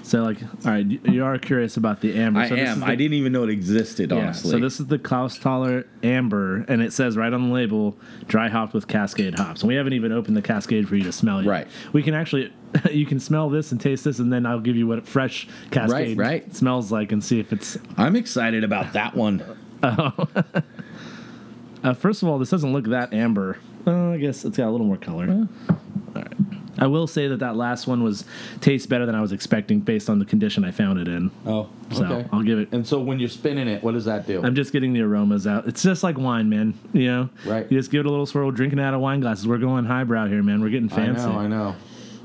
so, like, all right, you you are curious about the amber. so This is the, didn't even know it existed, yeah, so this is the Klaus Toller amber, and it says right on the label, dry hopped with Cascade hops. And we haven't even opened the Cascade for you to smell yet. Right. We can actually, (laughs) you can smell this and taste this, and then I'll give you what fresh Cascade right. smells like, and see if it's. I'm excited about that one. Uh, first of all, this doesn't look that amber. Uh, I guess it's got a little more color. All right. I will say that that last one was tastes better than I was expecting based on the condition I found it in. Oh, So okay. I'll give it. And so when you're spinning it, what does that do? I'm just getting the aromas out. It's just like wine, man. You know, Right. You just give it a little swirl, drinking out of wine glasses. We're going highbrow here, man. We're getting I fancy. know, I know.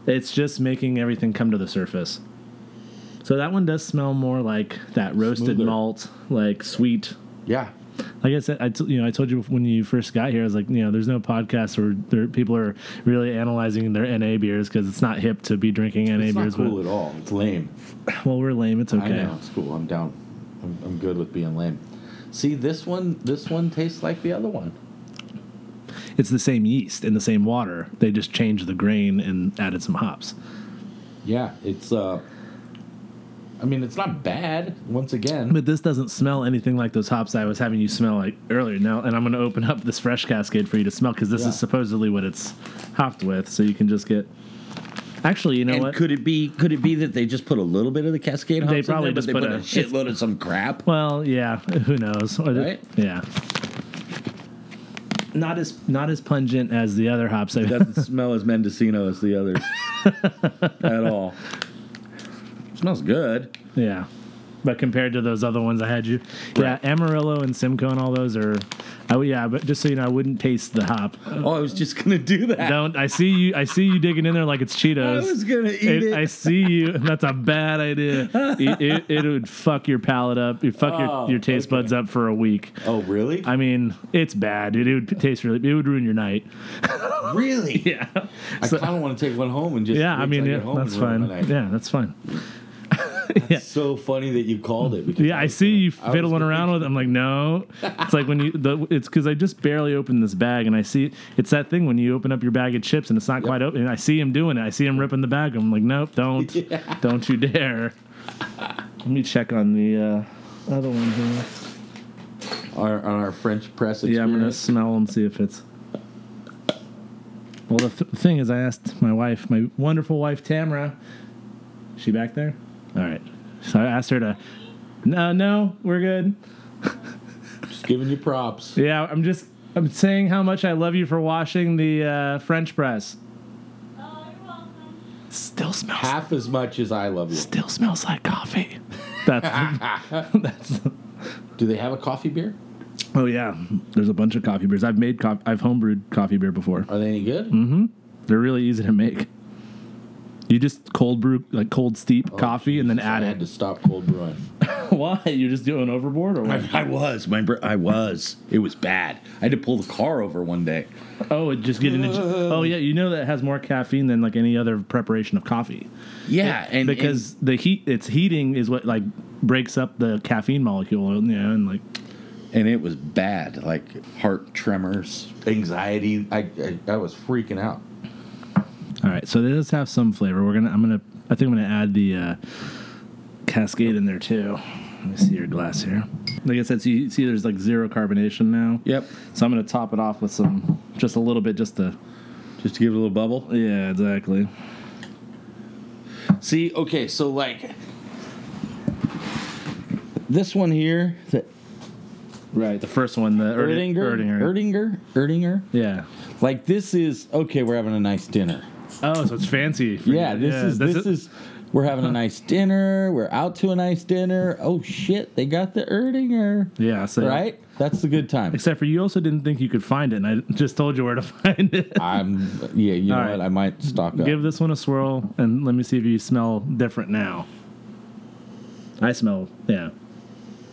It's just making everything come to the surface. So that one does smell more like that roasted Smoother. malt, like sweet. Yeah. Like I said, I t- you know I told you when you first got here, I was like, you know, there's no podcast where there, people are really analyzing their NA beers because it's not hip to be drinking NA It's beers. not cool at all. It's lame. but, well, we're lame. It's I okay. know. It's cool. I'm down. I'm, I'm good with being lame. See this one. This one tastes like the other one. It's the same yeast and the same water. They just changed the grain and added some hops. Yeah. It's. uh I mean, it's not bad. Once again, But this doesn't smell anything like those hops I was having you smell like earlier. Now, and I'm going to open up this fresh cascade for you to smell because this Yeah. is supposedly what it's hopped with. So you can just get. Actually, you know and what? could it be? Could it be that they just put a little bit of the Cascade hops? probably in there, just but put they put, a- a, (laughs) shitload of some (laughs) crap. well, yeah. Who knows? Or the- Right? Yeah. Not as not as pungent as the other hops. I (laughs) Doesn't smell as Mendocino as the others (laughs) at all. Smells good. Yeah. But compared to those other ones I had you, Right. yeah, Amarillo and Simcoe and all those are, oh yeah. But just so you know, I wouldn't taste the hop. Oh, I was just gonna do that. Don't I see you? I see you digging in there like it's I Cheetos. was gonna eat It- it. I see you. That's a bad idea. It, (laughs) it, it would fuck your palate up. It fuck your, your taste buds up for a week. oh really? I mean, it's bad. It, it would taste really. It would ruin your night. really? (laughs) Yeah. I kind of want to take one home and just Yeah. wait I mean, till yeah, get home that's and ruin fine. my night. Yeah, that's fine. It's so funny that you called (laughs) it. Because Yeah, I see you I was fiddling gonna- around with. it. I'm like, no. It's like when you. The, it's because I just barely opened this bag, and I see it's that thing when you open up your bag of chips and it's not quite open. And I see him doing it. I see him ripping the bag. I'm like, nope, (laughs) don't, don't you dare. Let me check on the uh, other one here. Our, on our French press Yeah, I'm gonna experience. smell and see if it's. Well, the th- thing is, I asked my wife, my wonderful wife Tamara. Is she back there? All right. So I asked her to. No, no, we're good. Just giving you props. Yeah, I'm just I'm saying how much I love you for washing the uh, French press. Oh, you're welcome. Still smells Half as much as I love you. still smells like coffee. (laughs) That's that's Do they have a coffee beer? Oh yeah, there's a bunch of coffee beers. I've made coffee I've homebrewed coffee beer before. Are they any good? Mm-hmm. They're really easy to make. You just cold brew like cold steep coffee and then add I had to it. stop cold brewing. Oh, (laughs) Why? You're just doing overboard or what? I was. My br- I was. It was bad. I had to pull the car over one day. Oh, it just getting into Oh yeah, you know that has more caffeine than like any other preparation of coffee. Yeah, and because the heat it's heating is what like breaks up the caffeine molecule you know and like and, and it was bad. Like heart tremors. Anxiety. I, I I was freaking out. all right so it does have some flavor we're gonna i'm gonna i think i'm gonna add the uh cascade in there too let me see your glass here Like I said, so you see, there's like zero carbonation now. Yep. So I'm gonna top it off with some, just a little bit, just to. Just to give it a little bubble. Yeah, exactly. See, okay, so like this one here, the Right, the first one, the Erdi- Erdinger, Erdinger. Erdinger, Erdinger. yeah. Like this is okay. We're having a nice dinner. Oh, so it's fancy. for Yeah, you. this is this, is. We're having a nice dinner. We're out to a nice dinner. Oh shit, they got the Erdinger. Yeah, so Right, that's the good time. Except for you also didn't think you could find it, and I just told you where to (laughs) find it. I'm yeah. You know All right. what? I might stock up. Give this one a swirl, and let me see if you smell different now. I smell, yeah.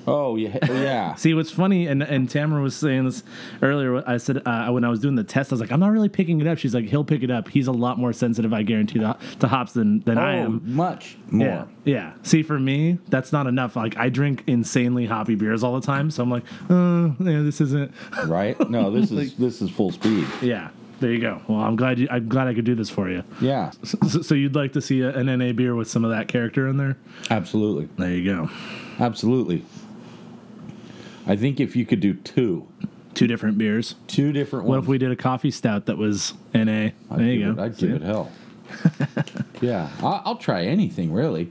oh yeah, (laughs) yeah. See, what's funny, and and Tamara was saying this earlier. I said uh, when I was doing the test, I was like, I'm not really picking it up. She's like, he'll pick it up. He's a lot more sensitive, I guarantee, to, to hops than than I Oh, am. much more. Yeah, yeah. See, for me, that's not enough. Like, I drink insanely hoppy beers all the time, so I'm like, uh, yeah, this isn't. (laughs) Right? No, this is this is full speed. Yeah, there you go. Well, I'm glad you. I'm glad I could do this for you. Yeah, So, so you'd like to see a, an NA beer with some of that character in there? absolutely, There you go. absolutely. I think if you could do two, Two different beers. two different What ones, if we did a coffee stout that was NA? I'd there you give go. It, I'd give (laughs) it hell. yeah, I, I'll try anything really.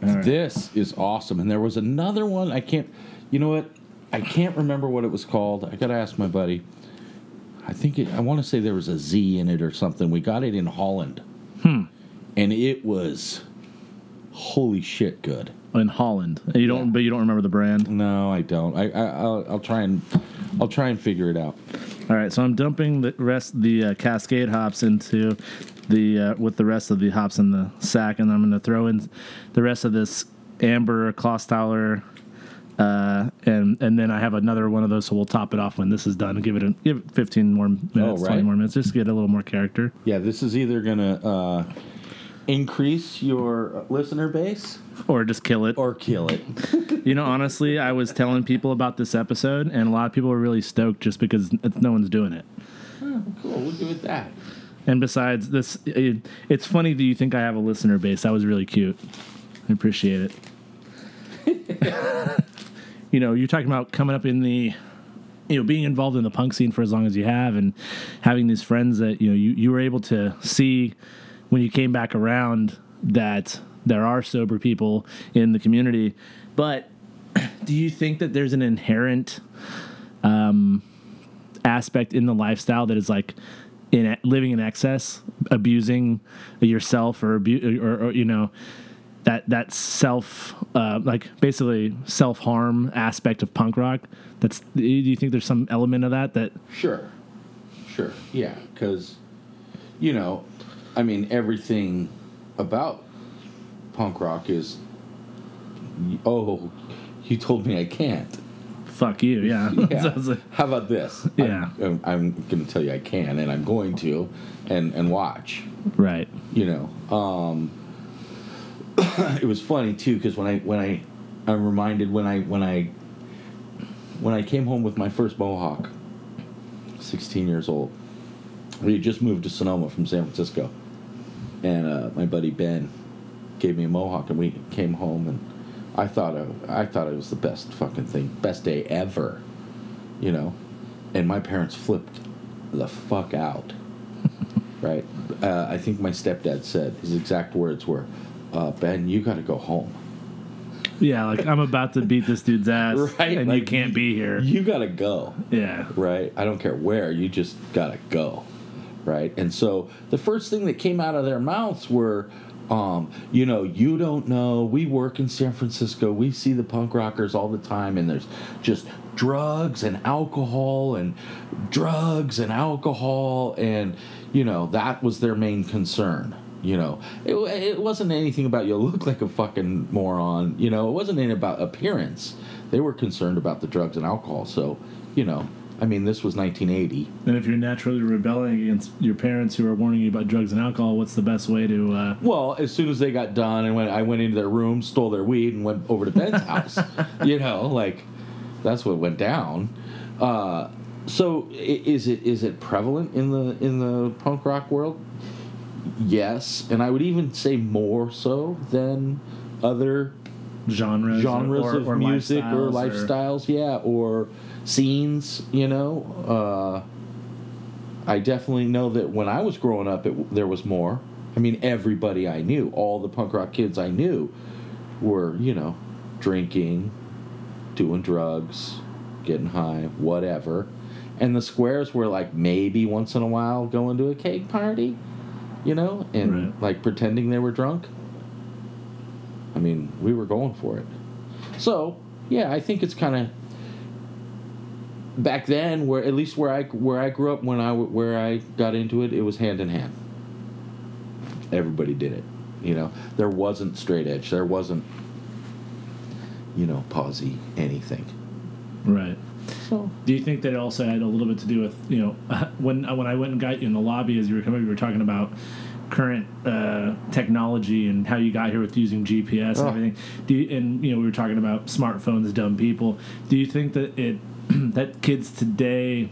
This is awesome, and there was another one I can't. You know what? I can't remember what it was called. I gotta ask my buddy. I think it, I want to say there was a Z in it or something. We got it in Holland, Hmm. and it was holy shit good. in Holland. You don't, but you don't remember the brand. No, I don't. I, I I'll, I'll try and I'll try and figure it out. All right, so I'm dumping the rest the uh, Cascade hops into the uh, with the rest of the hops in the sack, and I'm going to throw in the rest of this amber Klosthaler, uh, and and then I have another one of those. So we'll top it off when this is done. Give it a, give it 15 more minutes, right. 20 more minutes, just to get a little more character. Yeah, this is either gonna uh, increase your listener base or just kill it. or kill it. you know, honestly, I was telling people about this episode, and a lot of people were really stoked just because it's- no one's doing it. cool, we'll give it that. And besides this, it, it's funny that you think I have a listener base. That was really cute. I appreciate it. you know, you're talking about coming up in the, you know, being involved in the punk scene for as long as you have, and having these friends that you know you you were able to see when you came back around that there are sober people in the community. But (clears throat) do you think that there's an inherent aspect in the lifestyle that is like in living in excess, abusing yourself or abu- or, or you know that that self uh, like basically self harm aspect of punk rock. That's do you think there's some element of that that Sure, sure, yeah, because you know, I mean, everything about punk rock is oh, you told me I can't. fuck you yeah. (laughs) So Yeah. it's like- How about this? Yeah. I'm, I'm, I'm going to tell you I can, and I'm going to, and and watch. right you know um (coughs) it was funny too because when i when i i'm reminded when i when i when i came home with my first mohawk 16 years old we had just moved to sonoma from san francisco and uh, my buddy ben gave me a mohawk and we came home and i thought uh, I, I thought it was the best fucking thing best day ever you know and my parents flipped the fuck out Right. Uh, I think my stepdad said his exact words were, uh, "Ben, you got to go home. yeah like I'm about to beat this dude's ass (laughs) Right, and you like- can't be here You got to go. yeah Right. I don't care where. You just got to go. Right." And so the first thing that came out of their mouths were. Um, you know, you don't know. We work in San Francisco. We see the punk rockers all the time, and there's just drugs and alcohol and drugs and alcohol, and you know that was their main concern. You know, it, it wasn't anything about you look like a fucking moron. You know, it wasn't anything about appearance. They were concerned about the drugs and alcohol. So, you know, I mean, this was 1980. and if you're naturally rebelling against your parents who are warning you about drugs and alcohol what's the best way to uh, Well, as soon as they got done, and when I went into their room, stole their weed, and went over to Ben's house, you know, like that's what went down. Uh, so, i- is it is it prevalent in the in the punk rock world? Yes, and I would even say more so than other genres, or- genres or, of or music or lifestyles lifestyles, yeah, or scenes, you know. Uh, I definitely know that when I was growing up, it, there was more. I mean, everybody I knew, all the punk rock kids I knew, were, you know, drinking, doing drugs, getting high, whatever. And the squares were like maybe once in a while going to a cake party, you know, and Right. like pretending they were drunk. I mean, we were going for it. So yeah, I think it's kind of back then where at least where I where I grew up when I w- where I got into it, it was hand in hand. Everybody did it, you know. There wasn't straight edge. There wasn't you know posy anything. Right. So Do you think that it also had a little bit to do with you know (laughs) when uh, when I went and got you in the lobby as you were coming, you were talking about current uh, technology and how you got here with using GPS and Oh. everything. Do you, and you know we were talking about smartphones, dumb people. Do you think that it (clears throat) that kids today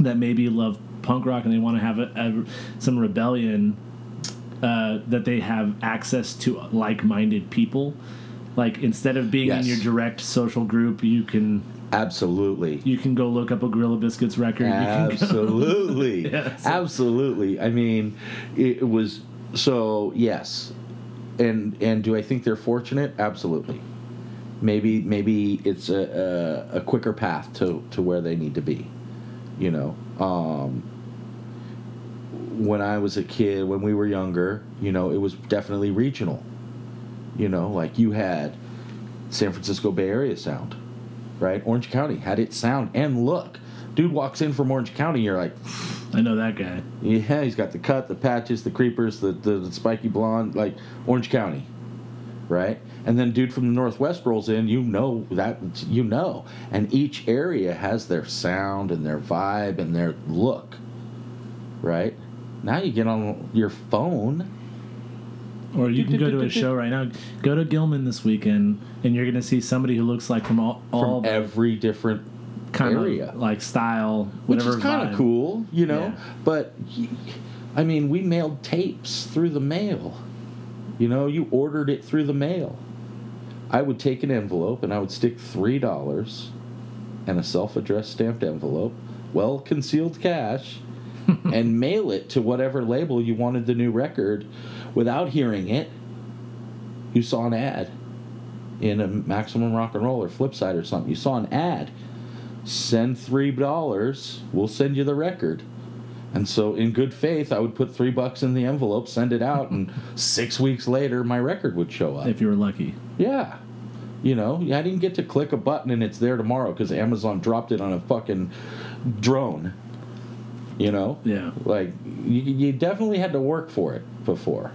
that maybe love punk rock and they want to have a, a, some rebellion uh, that they have access to like-minded people? Like instead of being Yes. in your direct social group, you can absolutely. you can go look up a Gorilla Biscuits record. You can go- (laughs) Absolutely. Yes. Absolutely. I mean, it was so yes. And and do I think they're fortunate? Absolutely. Maybe maybe it's a, a, a quicker path to, to where they need to be. You know. Um, when I was a kid, when we were younger, you know, it was definitely regional. You know, like you had San Francisco Bay Area sound right? Orange County had its sound and look. Dude walks in from Orange County, you're like, I know that guy. yeah, he's got the cut, the patches, the creepers, the, the, the spiky blonde, like Orange County, right? And then dude from the Northwest rolls in, you know that, you know. And each area has their sound and their vibe and their look, right? Now you get on your phone. Or you can go to a show right now. Go to Gilman this weekend, and you're going to see somebody who looks like from all, all From every different kind area. of like style, which whatever. is kind vibe. of cool, you know. Yeah. But y- I mean, we mailed tapes through the mail. You know, you ordered it through the mail. I would take an envelope and I would stick three dollars and a self-addressed stamped envelope, well (laughs) concealed cash, and mail it to whatever label you wanted the new record. Without hearing it, you saw an ad in a Maximum Rock and Roll or Flipside or something. You saw an ad send three dollars we'll send you the record and so in good faith i would put three bucks in the envelope send it out and six weeks later my record would show up If you were lucky, yeah you know i didn't get to click a button and it's there tomorrow because amazon dropped it on a fucking drone you know yeah. like you, you definitely had to work for it before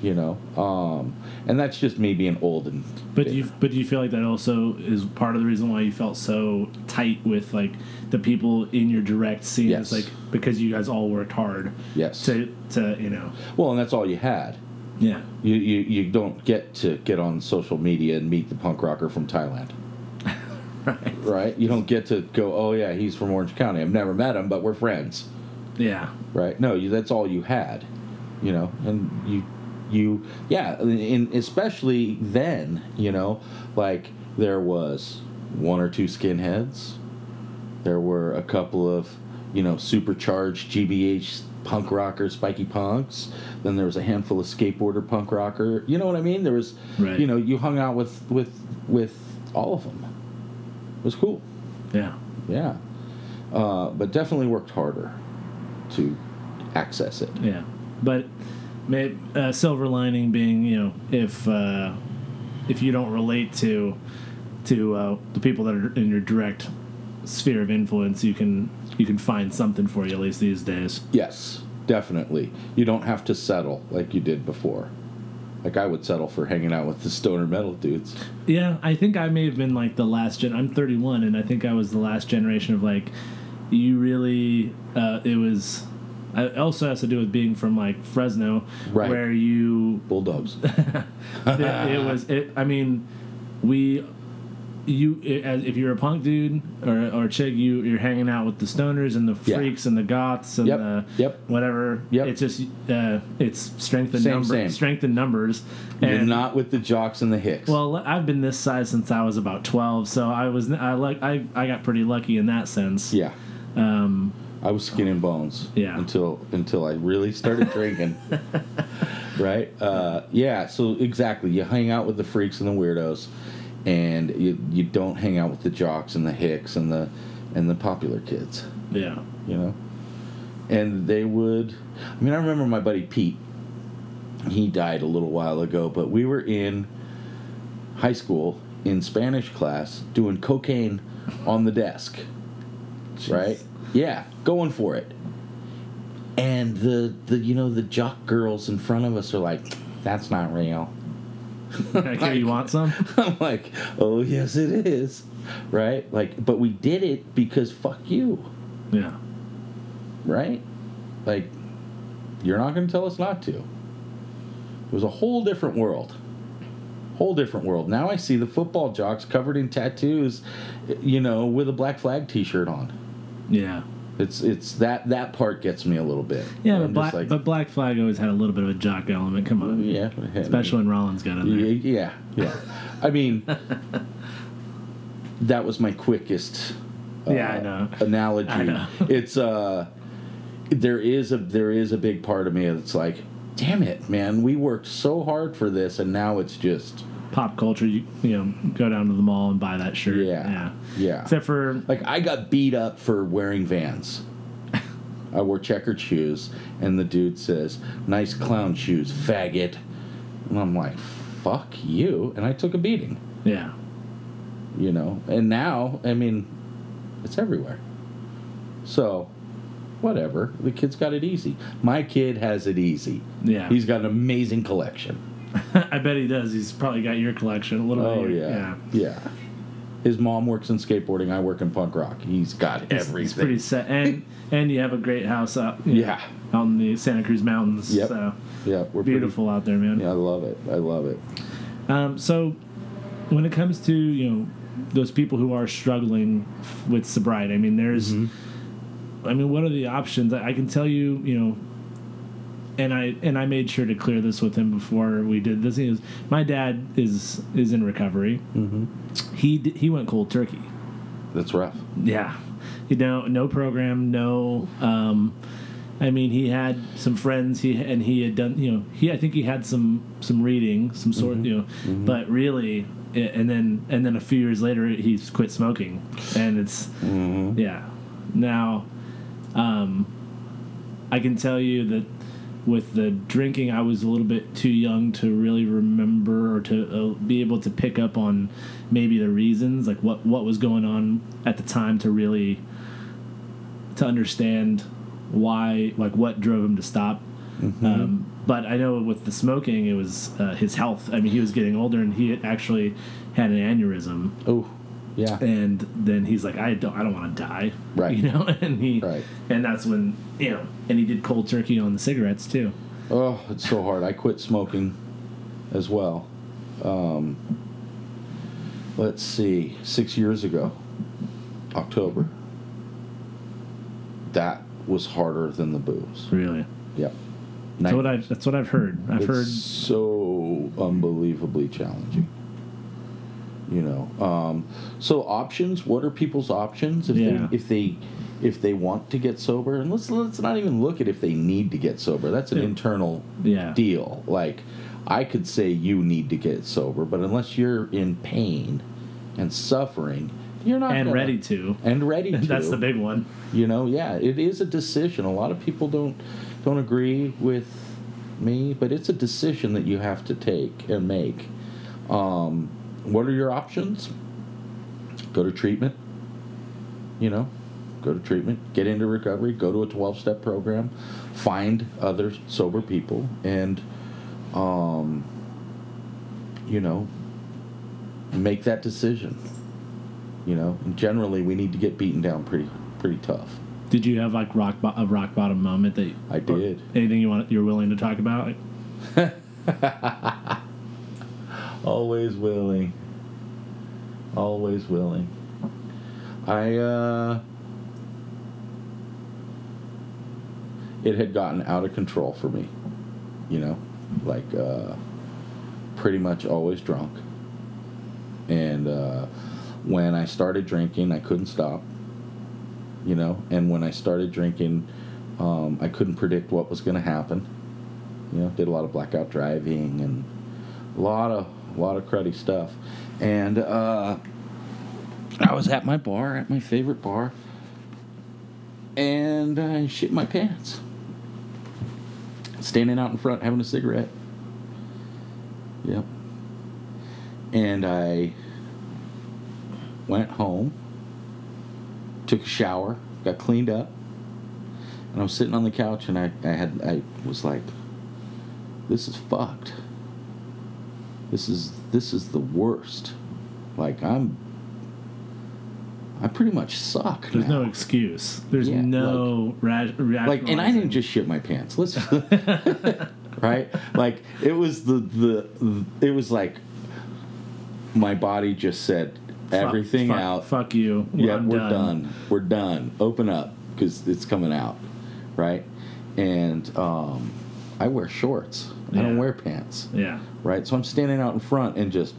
you know um and that's just me being old and But bitter. you but you feel like that also is part of the reason why you felt so tight with like the people in your direct scene. It's Yes. like because you guys all worked hard yes to to you know well and that's all you had yeah You, you you don't get to get on social media and meet the punk rocker from Thailand, (laughs) right right? You don't get to go, oh yeah, he's from Orange County. I've never met him, but we're friends, yeah right? No, you, that's all you had, you know. And you you yeah, and especially then, you know, like there was one or two skinheads, there were a couple of you know supercharged GBH punk rocker spiky punks. Then there was a handful of skateboarder punk rocker. You know what I mean? There was Right. you know you hung out with with with all of them. It was cool. yeah Yeah, uh, but definitely worked harder to access it. Yeah, but may, uh, silver lining being you know if uh, if you don't relate to to uh, the people that are in your direct sphere of influence, you can you can find something for you at least these days. Yes, definitely. You don't have to settle like you did before. Like I would settle for hanging out with the stoner metal dudes. Yeah, I think I may have been like the last gen. I'm 31, and I think I was the last generation of like, you really. Uh, it was. I it also has to do with being from like Fresno, Right. where you Bulldogs. it, it was it i mean we you as if you're a punk dude or, or a chick, you you're hanging out with the stoners and the Yeah. freaks and the goths and Yep, the yep. whatever. Yep. It's just uh, it's strength in Same, numbers. same. Strength in numbers. You're And not with the jocks and the hicks. well, I've been this size since I was about twelve, so I was I like I I got pretty lucky in that sense. yeah. Um, I was skin and bones. Yeah. Until until I really started (laughs) drinking. right? Uh, yeah. So exactly, you hang out with the freaks and the weirdos, and you you don't hang out with the jocks and the hicks and the and the popular kids. (laughs) yeah. You know. And they would. I mean, I remember my buddy Pete. He died a little while ago, but we were in high school in Spanish class doing cocaine on the desk right? Yeah, going for it. And the the you know the jock girls in front of us are like, that's not real. (laughs) Okay, you want some? I'm like, oh yes it is, right? Like, but we did it because fuck you, Yeah. right? Like, you're not gonna tell us not to. It was a whole different world. Whole different world. Now I see the football jocks covered in tattoos, you know, with a black flag T-shirt on. Yeah. It's it's that that part gets me a little bit. Yeah, I'm but just Black, but Black Flag always had a little bit of a jock element. Come on, Yeah. especially when Rollins got in Yeah, there. yeah, yeah. I mean, that was my quickest. uh, Yeah, I know. Analogy. I know. (laughs) It's uh, there is a there is a big part of me that's like, damn it, man, we worked so hard for this, and now it's just Pop culture, you, you know, go down to the mall and buy that shirt. Yeah. yeah. yeah. Except for like I got beat up for (laughs) wearing Vans. I wore checkered shoes, and the dude says, "Nice clown shoes, faggot," and I'm like, "Fuck you!" And I took a beating. yeah, you know and now i mean it's everywhere so whatever the kid's got it easy my kid has it easy yeah. he's got an amazing collection (laughs) I bet he does. He's probably got your collection a little oh bit. yeah. yeah his mom works in skateboarding i work in punk rock he's got It's, everything it's pretty set, and and you have a great house up. you know, yeah out in the Santa Cruz Mountains. Yep. So yeah we're pretty- beautiful out there, man. yeah i love it i love it Um, so, when it comes to you know those people who are struggling f- with sobriety, I mean, there's, I mean, what are the options? I, I can tell you, you know, and I and I made sure to clear this with him before we did this. Is my dad is is in recovery. Mm-hmm. He d- he went cold turkey. that's rough Yeah, you know, no program, no. Um, I mean, he had some friends. He and he had done, you know, he I think he had some some reading, some sort, you know, but really, a- and then and then a few years later, he's quit smoking, and it's yeah. Now, um, I can tell you that with the drinking, I was a little bit too young to really remember or to uh, be able to pick up on maybe the reasons, like what what was going on at the time, to really to understand why, like what drove him to stop. Mm-hmm. Um, but I know with the smoking, it was uh, his health. I mean, he was getting older, and he had actually had an aneurysm oh yeah and then he's like, I don't, I don't want to die, (laughs) Right. You know, and he, Right. and that's when you know, and he did cold turkey on the cigarettes too. Oh, it's so hard. I quit smoking as well. Um, let's see, six years ago, October. That was harder than the booze. Really, Yep. that's what I've, that's what I've heard. I've it's heard, so unbelievably challenging. You know, um, so options. What are people's options if Yeah. they if they if they want to get sober? And let's let's not even look at if they need to get sober. That's an Yeah. internal yeah, deal. Like, I could say you need to get sober, but unless you're in pain and suffering, you're not and gonna- ready to. and ready. (laughs) To, That's the big one. You know, yeah, it is a decision. A lot of people don't don't agree with me, but it's a decision that you have to take and make. Um, what are your options? Go to treatment. You know, go to treatment, get into recovery, go to a 12 step program, find other sober people, and, um, you know, make that decision. You know, and generally we need to get beaten down pretty, pretty tough. Did you have like rock bo- a rock bottom moment that I or did. Anything you want, you're willing to talk about? Always willing. Always willing. I uh it had gotten out of control for me. You know, like uh pretty much always drunk. And uh when I started drinking, I couldn't stop. You know, and when I started drinking, um, I couldn't predict what was going to happen. You know, did a lot of blackout driving and a lot of a lot of cruddy stuff. And uh I was at my bar, at my favorite bar, and I shit my pants. Standing out in front having a cigarette. Yep. And I went home, took a shower, got cleaned up, and I was sitting on the couch and I, I had I was like, this is fucked. This is this is the worst. Like I'm I pretty much suck. There's now. no excuse. There's Yeah, no like, like and I didn't just shit my pants. Let's (laughs) right? Like it was the the it was like my body just said everything out. Fuck you. yeah, I'm we're done. We're done. Open up because it's coming out, right? And um, I wear shorts. I don't Yeah. wear pants Yeah. right? So I'm standing out in front and just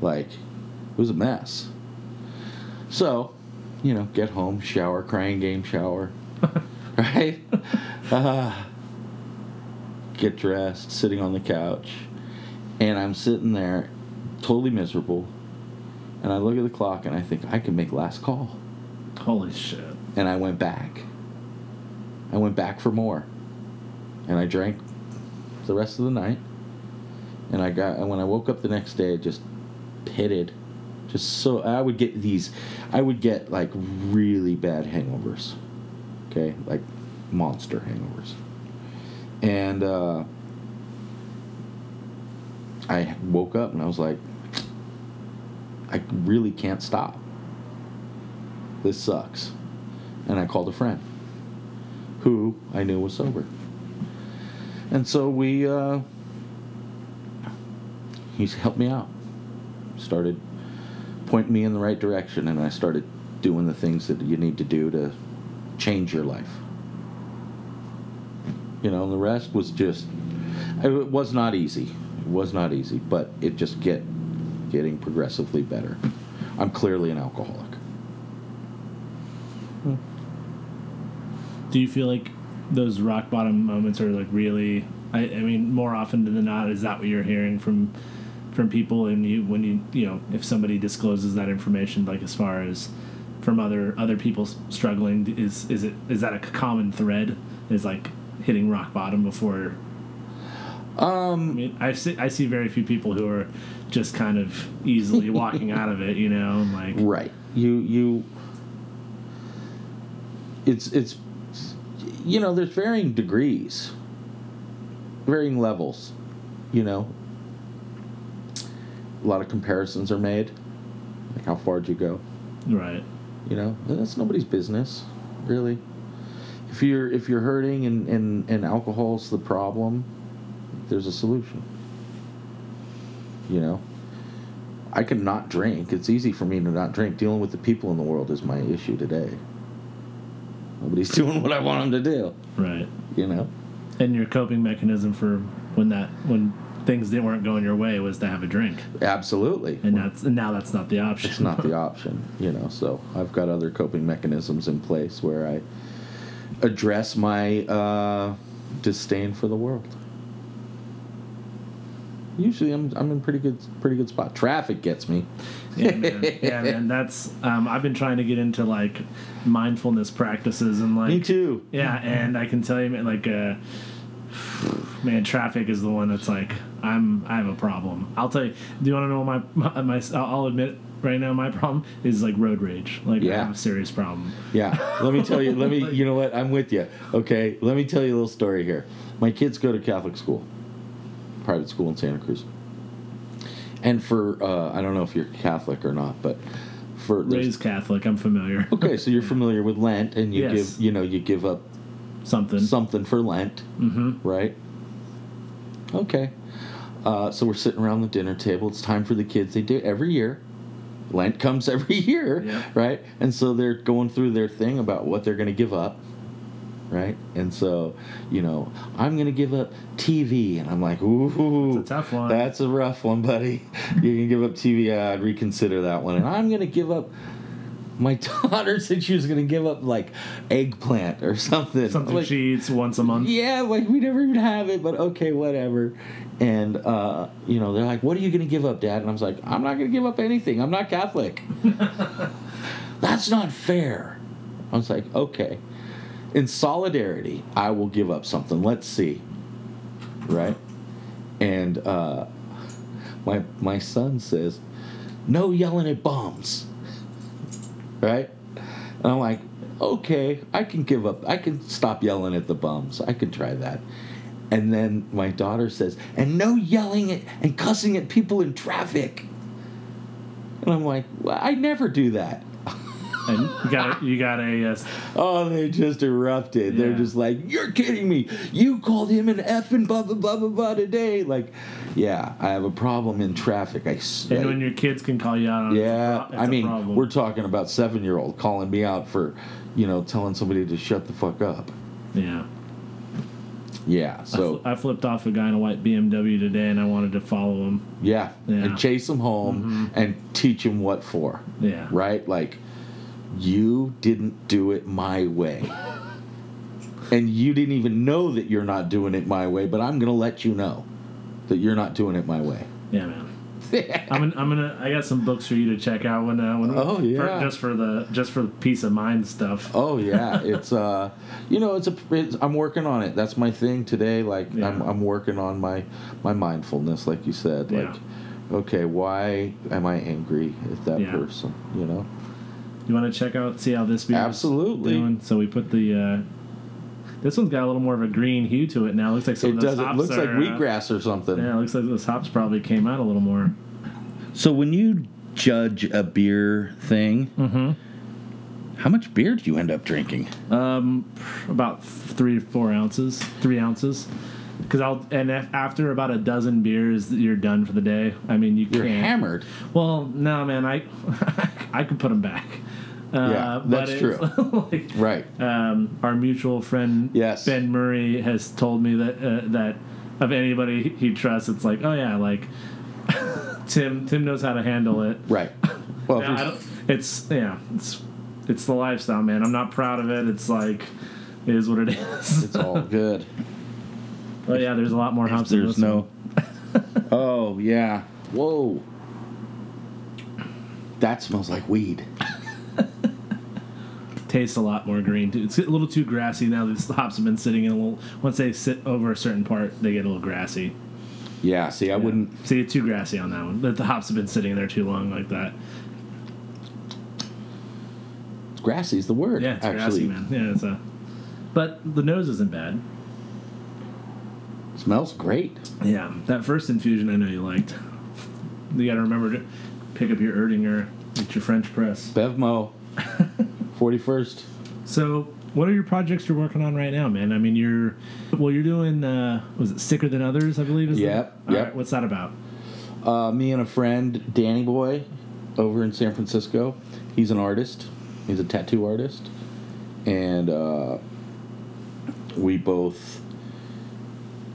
like it was a mess. So, you know, get home, shower, crying game shower, right? Uh, get dressed, sitting on the couch, and I'm sitting there, totally miserable. And I look at the clock and I think I can make last call. Holy shit. And I went back. I went back for more. And I drank the rest of the night. And I got and when I woke up the next day, I just pitted. Just so I would get these I would get like really bad hangovers. Okay? Like monster hangovers. And uh I woke up and I was like I really can't stop. This sucks and I called a friend who I knew was sober. And so we, uh, he's helped me out, started pointing me in the right direction, and I started doing the things that you need to do to change your life. You know, and the rest was just, it was not easy. It was not easy, but it just get getting progressively better. I'm clearly an alcoholic. Do you feel like those rock bottom moments are like really? I, I mean, more often than not, is that what you're hearing from from people? And you, when you, you know, if somebody discloses that information, like as far as from other other people s- struggling, is is it is that a common thread? Is like hitting rock bottom before. Um, I mean, I see I see very few people who are just kind of easily (laughs) walking out of it. You know, and, like Right. You you. It's it's, you know, there's varying degrees. Varying levels, you know. A lot of comparisons are made, like how far did you go? right, You know, and that's nobody's business, really. If you're if you're hurting and and and alcohol's the problem, there's a solution. You know. I could not drink. It's easy for me to not drink. Dealing with the people in the world is my issue today. Nobody's (laughs) doing what I want them to do, right. you know. And your coping mechanism for when that when things didn't weren't going your way was to have a drink, Absolutely. and that's and now that's not the option. it's not the option, you know. So I've got other coping mechanisms in place where I address my uh, disdain for the world. Usually, I'm I'm in pretty good pretty good spot. Traffic gets me. (laughs) yeah, man. yeah, man. That's um, I've been trying to get into like mindfulness practices and like Me too. yeah, and I can tell you man, like uh, man, traffic is the one that's like I'm I have a problem. I'll tell you. Do you want to know my my, my I'll admit right now my problem is like road rage. Like I Yeah. have a serious problem. Yeah. Let me tell you. Let me. You know what? I'm with you. Okay. Let me tell you a little story here. My kids go to Catholic school, private school in Santa Cruz. And for uh, I don't know if you're Catholic or not, but for there's Raised Catholic, I'm familiar. Okay, so you're familiar with Lent, and you Yes. give you know you give up Something. Mm-hmm. something for Lent, hmm right? Okay. Uh, so we're sitting around the dinner table. It's time for the kids. They do it every year. Lent comes (laughs) every year, Yeah. right? And so they're going through their thing about what they're going to give up, right? And so, you know, I'm going to give up TV, and I'm like, ooh, That's a tough one. That's a rough one, buddy. You can give up TV. I'd reconsider that one. And I'm going to give up. My (laughs) daughter said she was going to give up like eggplant or something. Something Like, she eats once a month. yeah, like we never even have it, but okay, whatever. And uh, you know, they're like, "What are you gonna give up, Dad?" And I was like, "I'm not gonna give up anything. I'm not Catholic." That's not fair. I was like, "Okay." In solidarity, I will give up something. Let's see, right? And uh, my my son says, "No yelling at bombs," right? And I'm like, okay, I can give up. I can stop yelling at the bums. I can try that. And then my daughter says, and no yelling at, and cussing at people in traffic. And I'm like, well, I never do that. And you got a, you got a uh, s- Oh, they just erupted. They're Yeah. just like, you're kidding me. You called him an F and blah, blah, blah, blah, blah today. Like, yeah, I have a problem in traffic. I, s- and when your kids can call you out on it, it's a Yeah, pro- it's I a mean, problem. we're talking about seven year old calling me out for, you know, telling somebody to shut the fuck up. yeah. Yeah, I so fl- I flipped off a guy in a white BMW today, and I wanted to follow him. yeah, Yeah. Mm-hmm. and chase them home and teach them what for, Yeah, right? Like, you didn't do it (laughs) my way. and you didn't even know that you're not doing it my way, but I'm going to let you know that you're not doing it (laughs) my way. yeah, man. I'm gonna, I'm gonna I got some books for you to check out when uh, when Oh, yeah. for, just for the just for the peace of mind stuff. Oh yeah, it's uh, you know, it's a. It's, I'm working on it. That's my thing today. Like Yeah. I'm, I'm working on my my mindfulness, like you said. Yeah. Like, okay, why am I angry at that Yeah. person? You know, You want to check out see how this beer Absolutely. doing? So we put the uh, this one's got a little more of a green hue to it now. looks like some it of those does. It hops looks like are, uh, wheatgrass or something. yeah, it looks like those hops probably came out a little more. So when you judge a beer thing, Mm-hmm. how much beer do you end up drinking? Um, about three to four ounces, three ounces. Because I'll and af- after about a dozen beers, you're done for the day. I mean, you You're can't. hammered. Well, no, man, I (laughs) I could put them back. Uh, Yeah, that's but true. it's (laughs) like, Right. um, our mutual friend Yes. Ben Murray has told me that uh, that of anybody he trusts, it's like, oh yeah, like (laughs) Tim Tim knows how to handle it. Right. Well, Yeah, if I you're- don't, it's yeah, it's it's the lifestyle, man. I'm not proud of it. It's like it is what it (laughs) is. it's all good. but yeah, (laughs) there's a lot more hops. in There's this one. no. (laughs) oh yeah, Whoa. That smells like weed. tastes a lot more green. Too. It's a little too grassy now. that The hops have been sitting in a little. Once they sit over a certain part, they get a little grassy. Yeah. See, I wouldn't. See, too grassy on that one. But the hops have been sitting there too long like that. Grassy is the word. Yeah, it's grassy, actually, man. Yeah, it's a. But the nose isn't bad. smells great. Yeah, that first infusion I know you liked. You got to remember to pick up your Erdinger. It's your French press. (laughs) Bevmo, 41st. So, what are your projects you're working on right now, man? I mean, you're well, you're doing uh, was it sicker than others? I believe is the- Yep, All yep. right, what's that about? Uh, me and a friend, Danny Boy, over in San Francisco. He's an artist. He's a tattoo artist, and uh, we both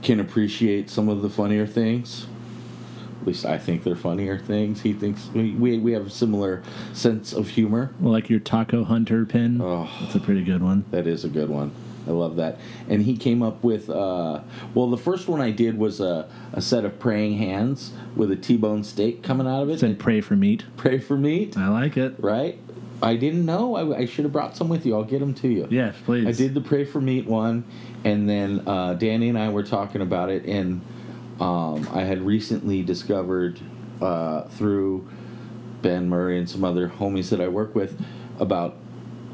can appreciate some of the funnier things. At least I think they're funnier things. He thinks we we, we have a similar sense of humor. Well, like your taco hunter pin. Oh. That's a pretty good one. That is a good one. I love that. And he came up with, uh, well, the first one I did was a, a set of praying hands with a T-bone steak coming out of it. Said pray for meat. Pray for meat, I like it. right? I didn't know. I, I should have brought some with you. I'll get them to you. Yes, please. I did the pray for meat one, and then uh, Danny and I were talking about it, and um, I had recently discovered uh, through Ben Murray and some other homies that I work with about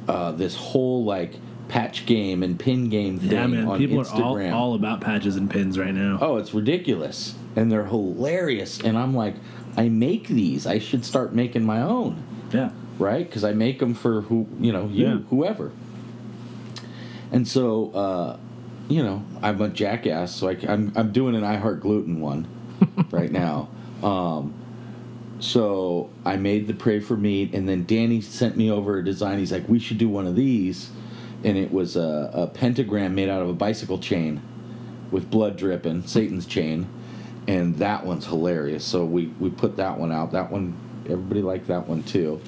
uh, this whole like patch game and pin game thing Yeah, man. on People Instagram. are all, all about patches and pins right now. oh, it's ridiculous, and they're hilarious, and I'm like, I make these. I should start making my own Yeah. right? Because I make them for who you know you Yeah. whoever. And so, uh, you know, I'm a jackass, so I, am I'm doing an I Heart Gluten one, right now. Um, so I made the pray for meat, and then Danny sent me over a design. He's like, "We should do one of these," and it was a, a pentagram made out of a bicycle chain with blood dripping, Satan's chain, and that one's hilarious. So we we put that one out. That one, everybody liked that one too.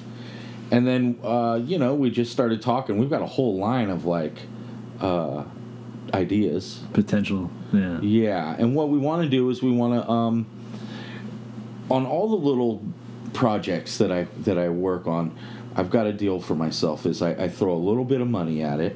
And then uh, you know we just started talking. We've got a whole line of like uh, ideas. Potential. Yeah. Yeah, and what we want to do is we want to um, on all the little projects that I that I work on, I've got a deal for myself is I, I throw a little bit of money at it,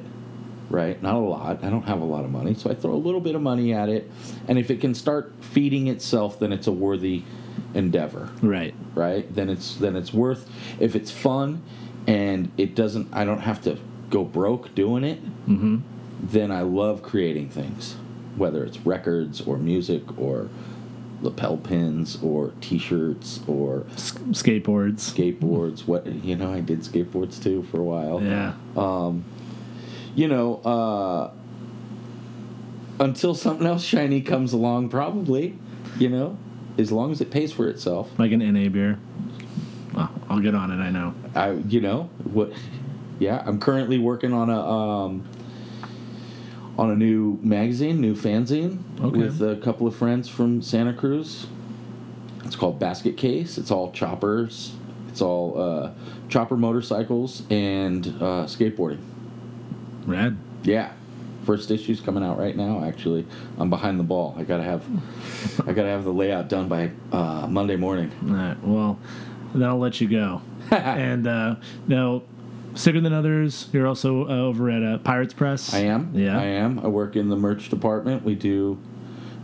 right? Not a lot. I don't have a lot of money, so I throw a little bit of money at it, and if it can start feeding itself, then it's a worthy endeavor Right. right then it's then it's worth if it's fun and it doesn't i don't have to go broke doing it mm-hmm. then i love creating things whether it's records or music or lapel pins or t-shirts or S- skateboards. skateboards what you know i did skateboards too for a while Yeah. you know uh until something else shiny comes along probably you know as long as it pays for itself Like an NA beer. Well, I'll get on it. I know. I you know what? Yeah, I'm currently working on a um, on a new magazine, new fanzine Okay. with a couple of friends from Santa Cruz. It's called Basket Case. It's all choppers. It's all uh, chopper motorcycles and uh, skateboarding. Rad. Yeah. First issue's coming out right now. Actually, I'm behind the ball. I gotta have, I gotta have the layout done by uh, Monday morning. All right. Well, then I'll let you (laughs) go. and uh, now, sicker than others. You're also uh, over at uh, Pirates Press. I am. Yeah. I am. I work in the merch department. We do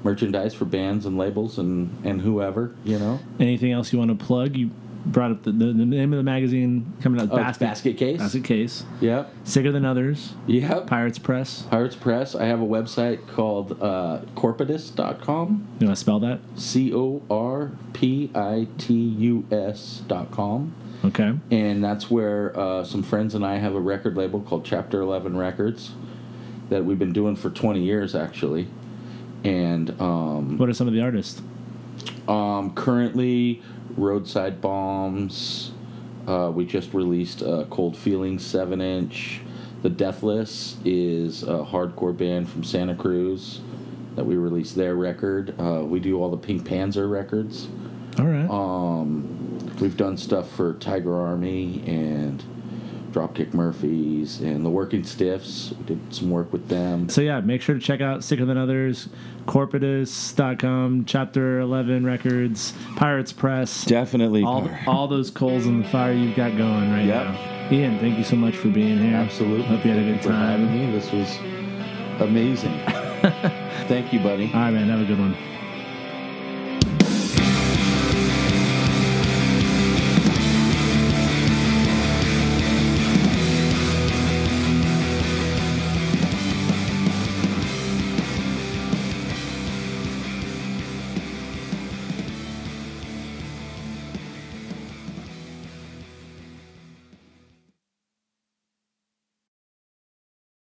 merchandise for bands and labels and and whoever you know. Anything else you want to plug? You brought up the, the, the name of the magazine coming out. Oh, it's basket case. Basket case. Yep. Sicker than others. Yep. Pirates Press. Pirates Press. I have a website called uh, corpitus.com. You want to spell that? C O R P I T U S dot com. Okay. And that's where uh, some friends and I have a record label called Chapter 11 Records that we've been doing for 20 years actually. And um, What are some of the artists? Um, currently, Roadside Bombs. Uh, we just released uh, Cold Feelings 7 inch. The Deathless is a hardcore band from Santa Cruz that we released their record. Uh, we do all the Pink Panzer records. All right. Um, We've done stuff for Tiger Army and Dropkick Murphys and the Working Stiffs. We did some work with them. So yeah, make sure to check out Sicker Than Others, Corporatus.com, Chapter 11 Records, Pirates Press. Definitely. all, all those coals in the fire you've got going right Yep. now. Ian, thank you so much for being here. Absolutely. Hope you had a Thank good you for having time. (laughs) me. This was amazing. Thank you, buddy. All right, man. Have a good one.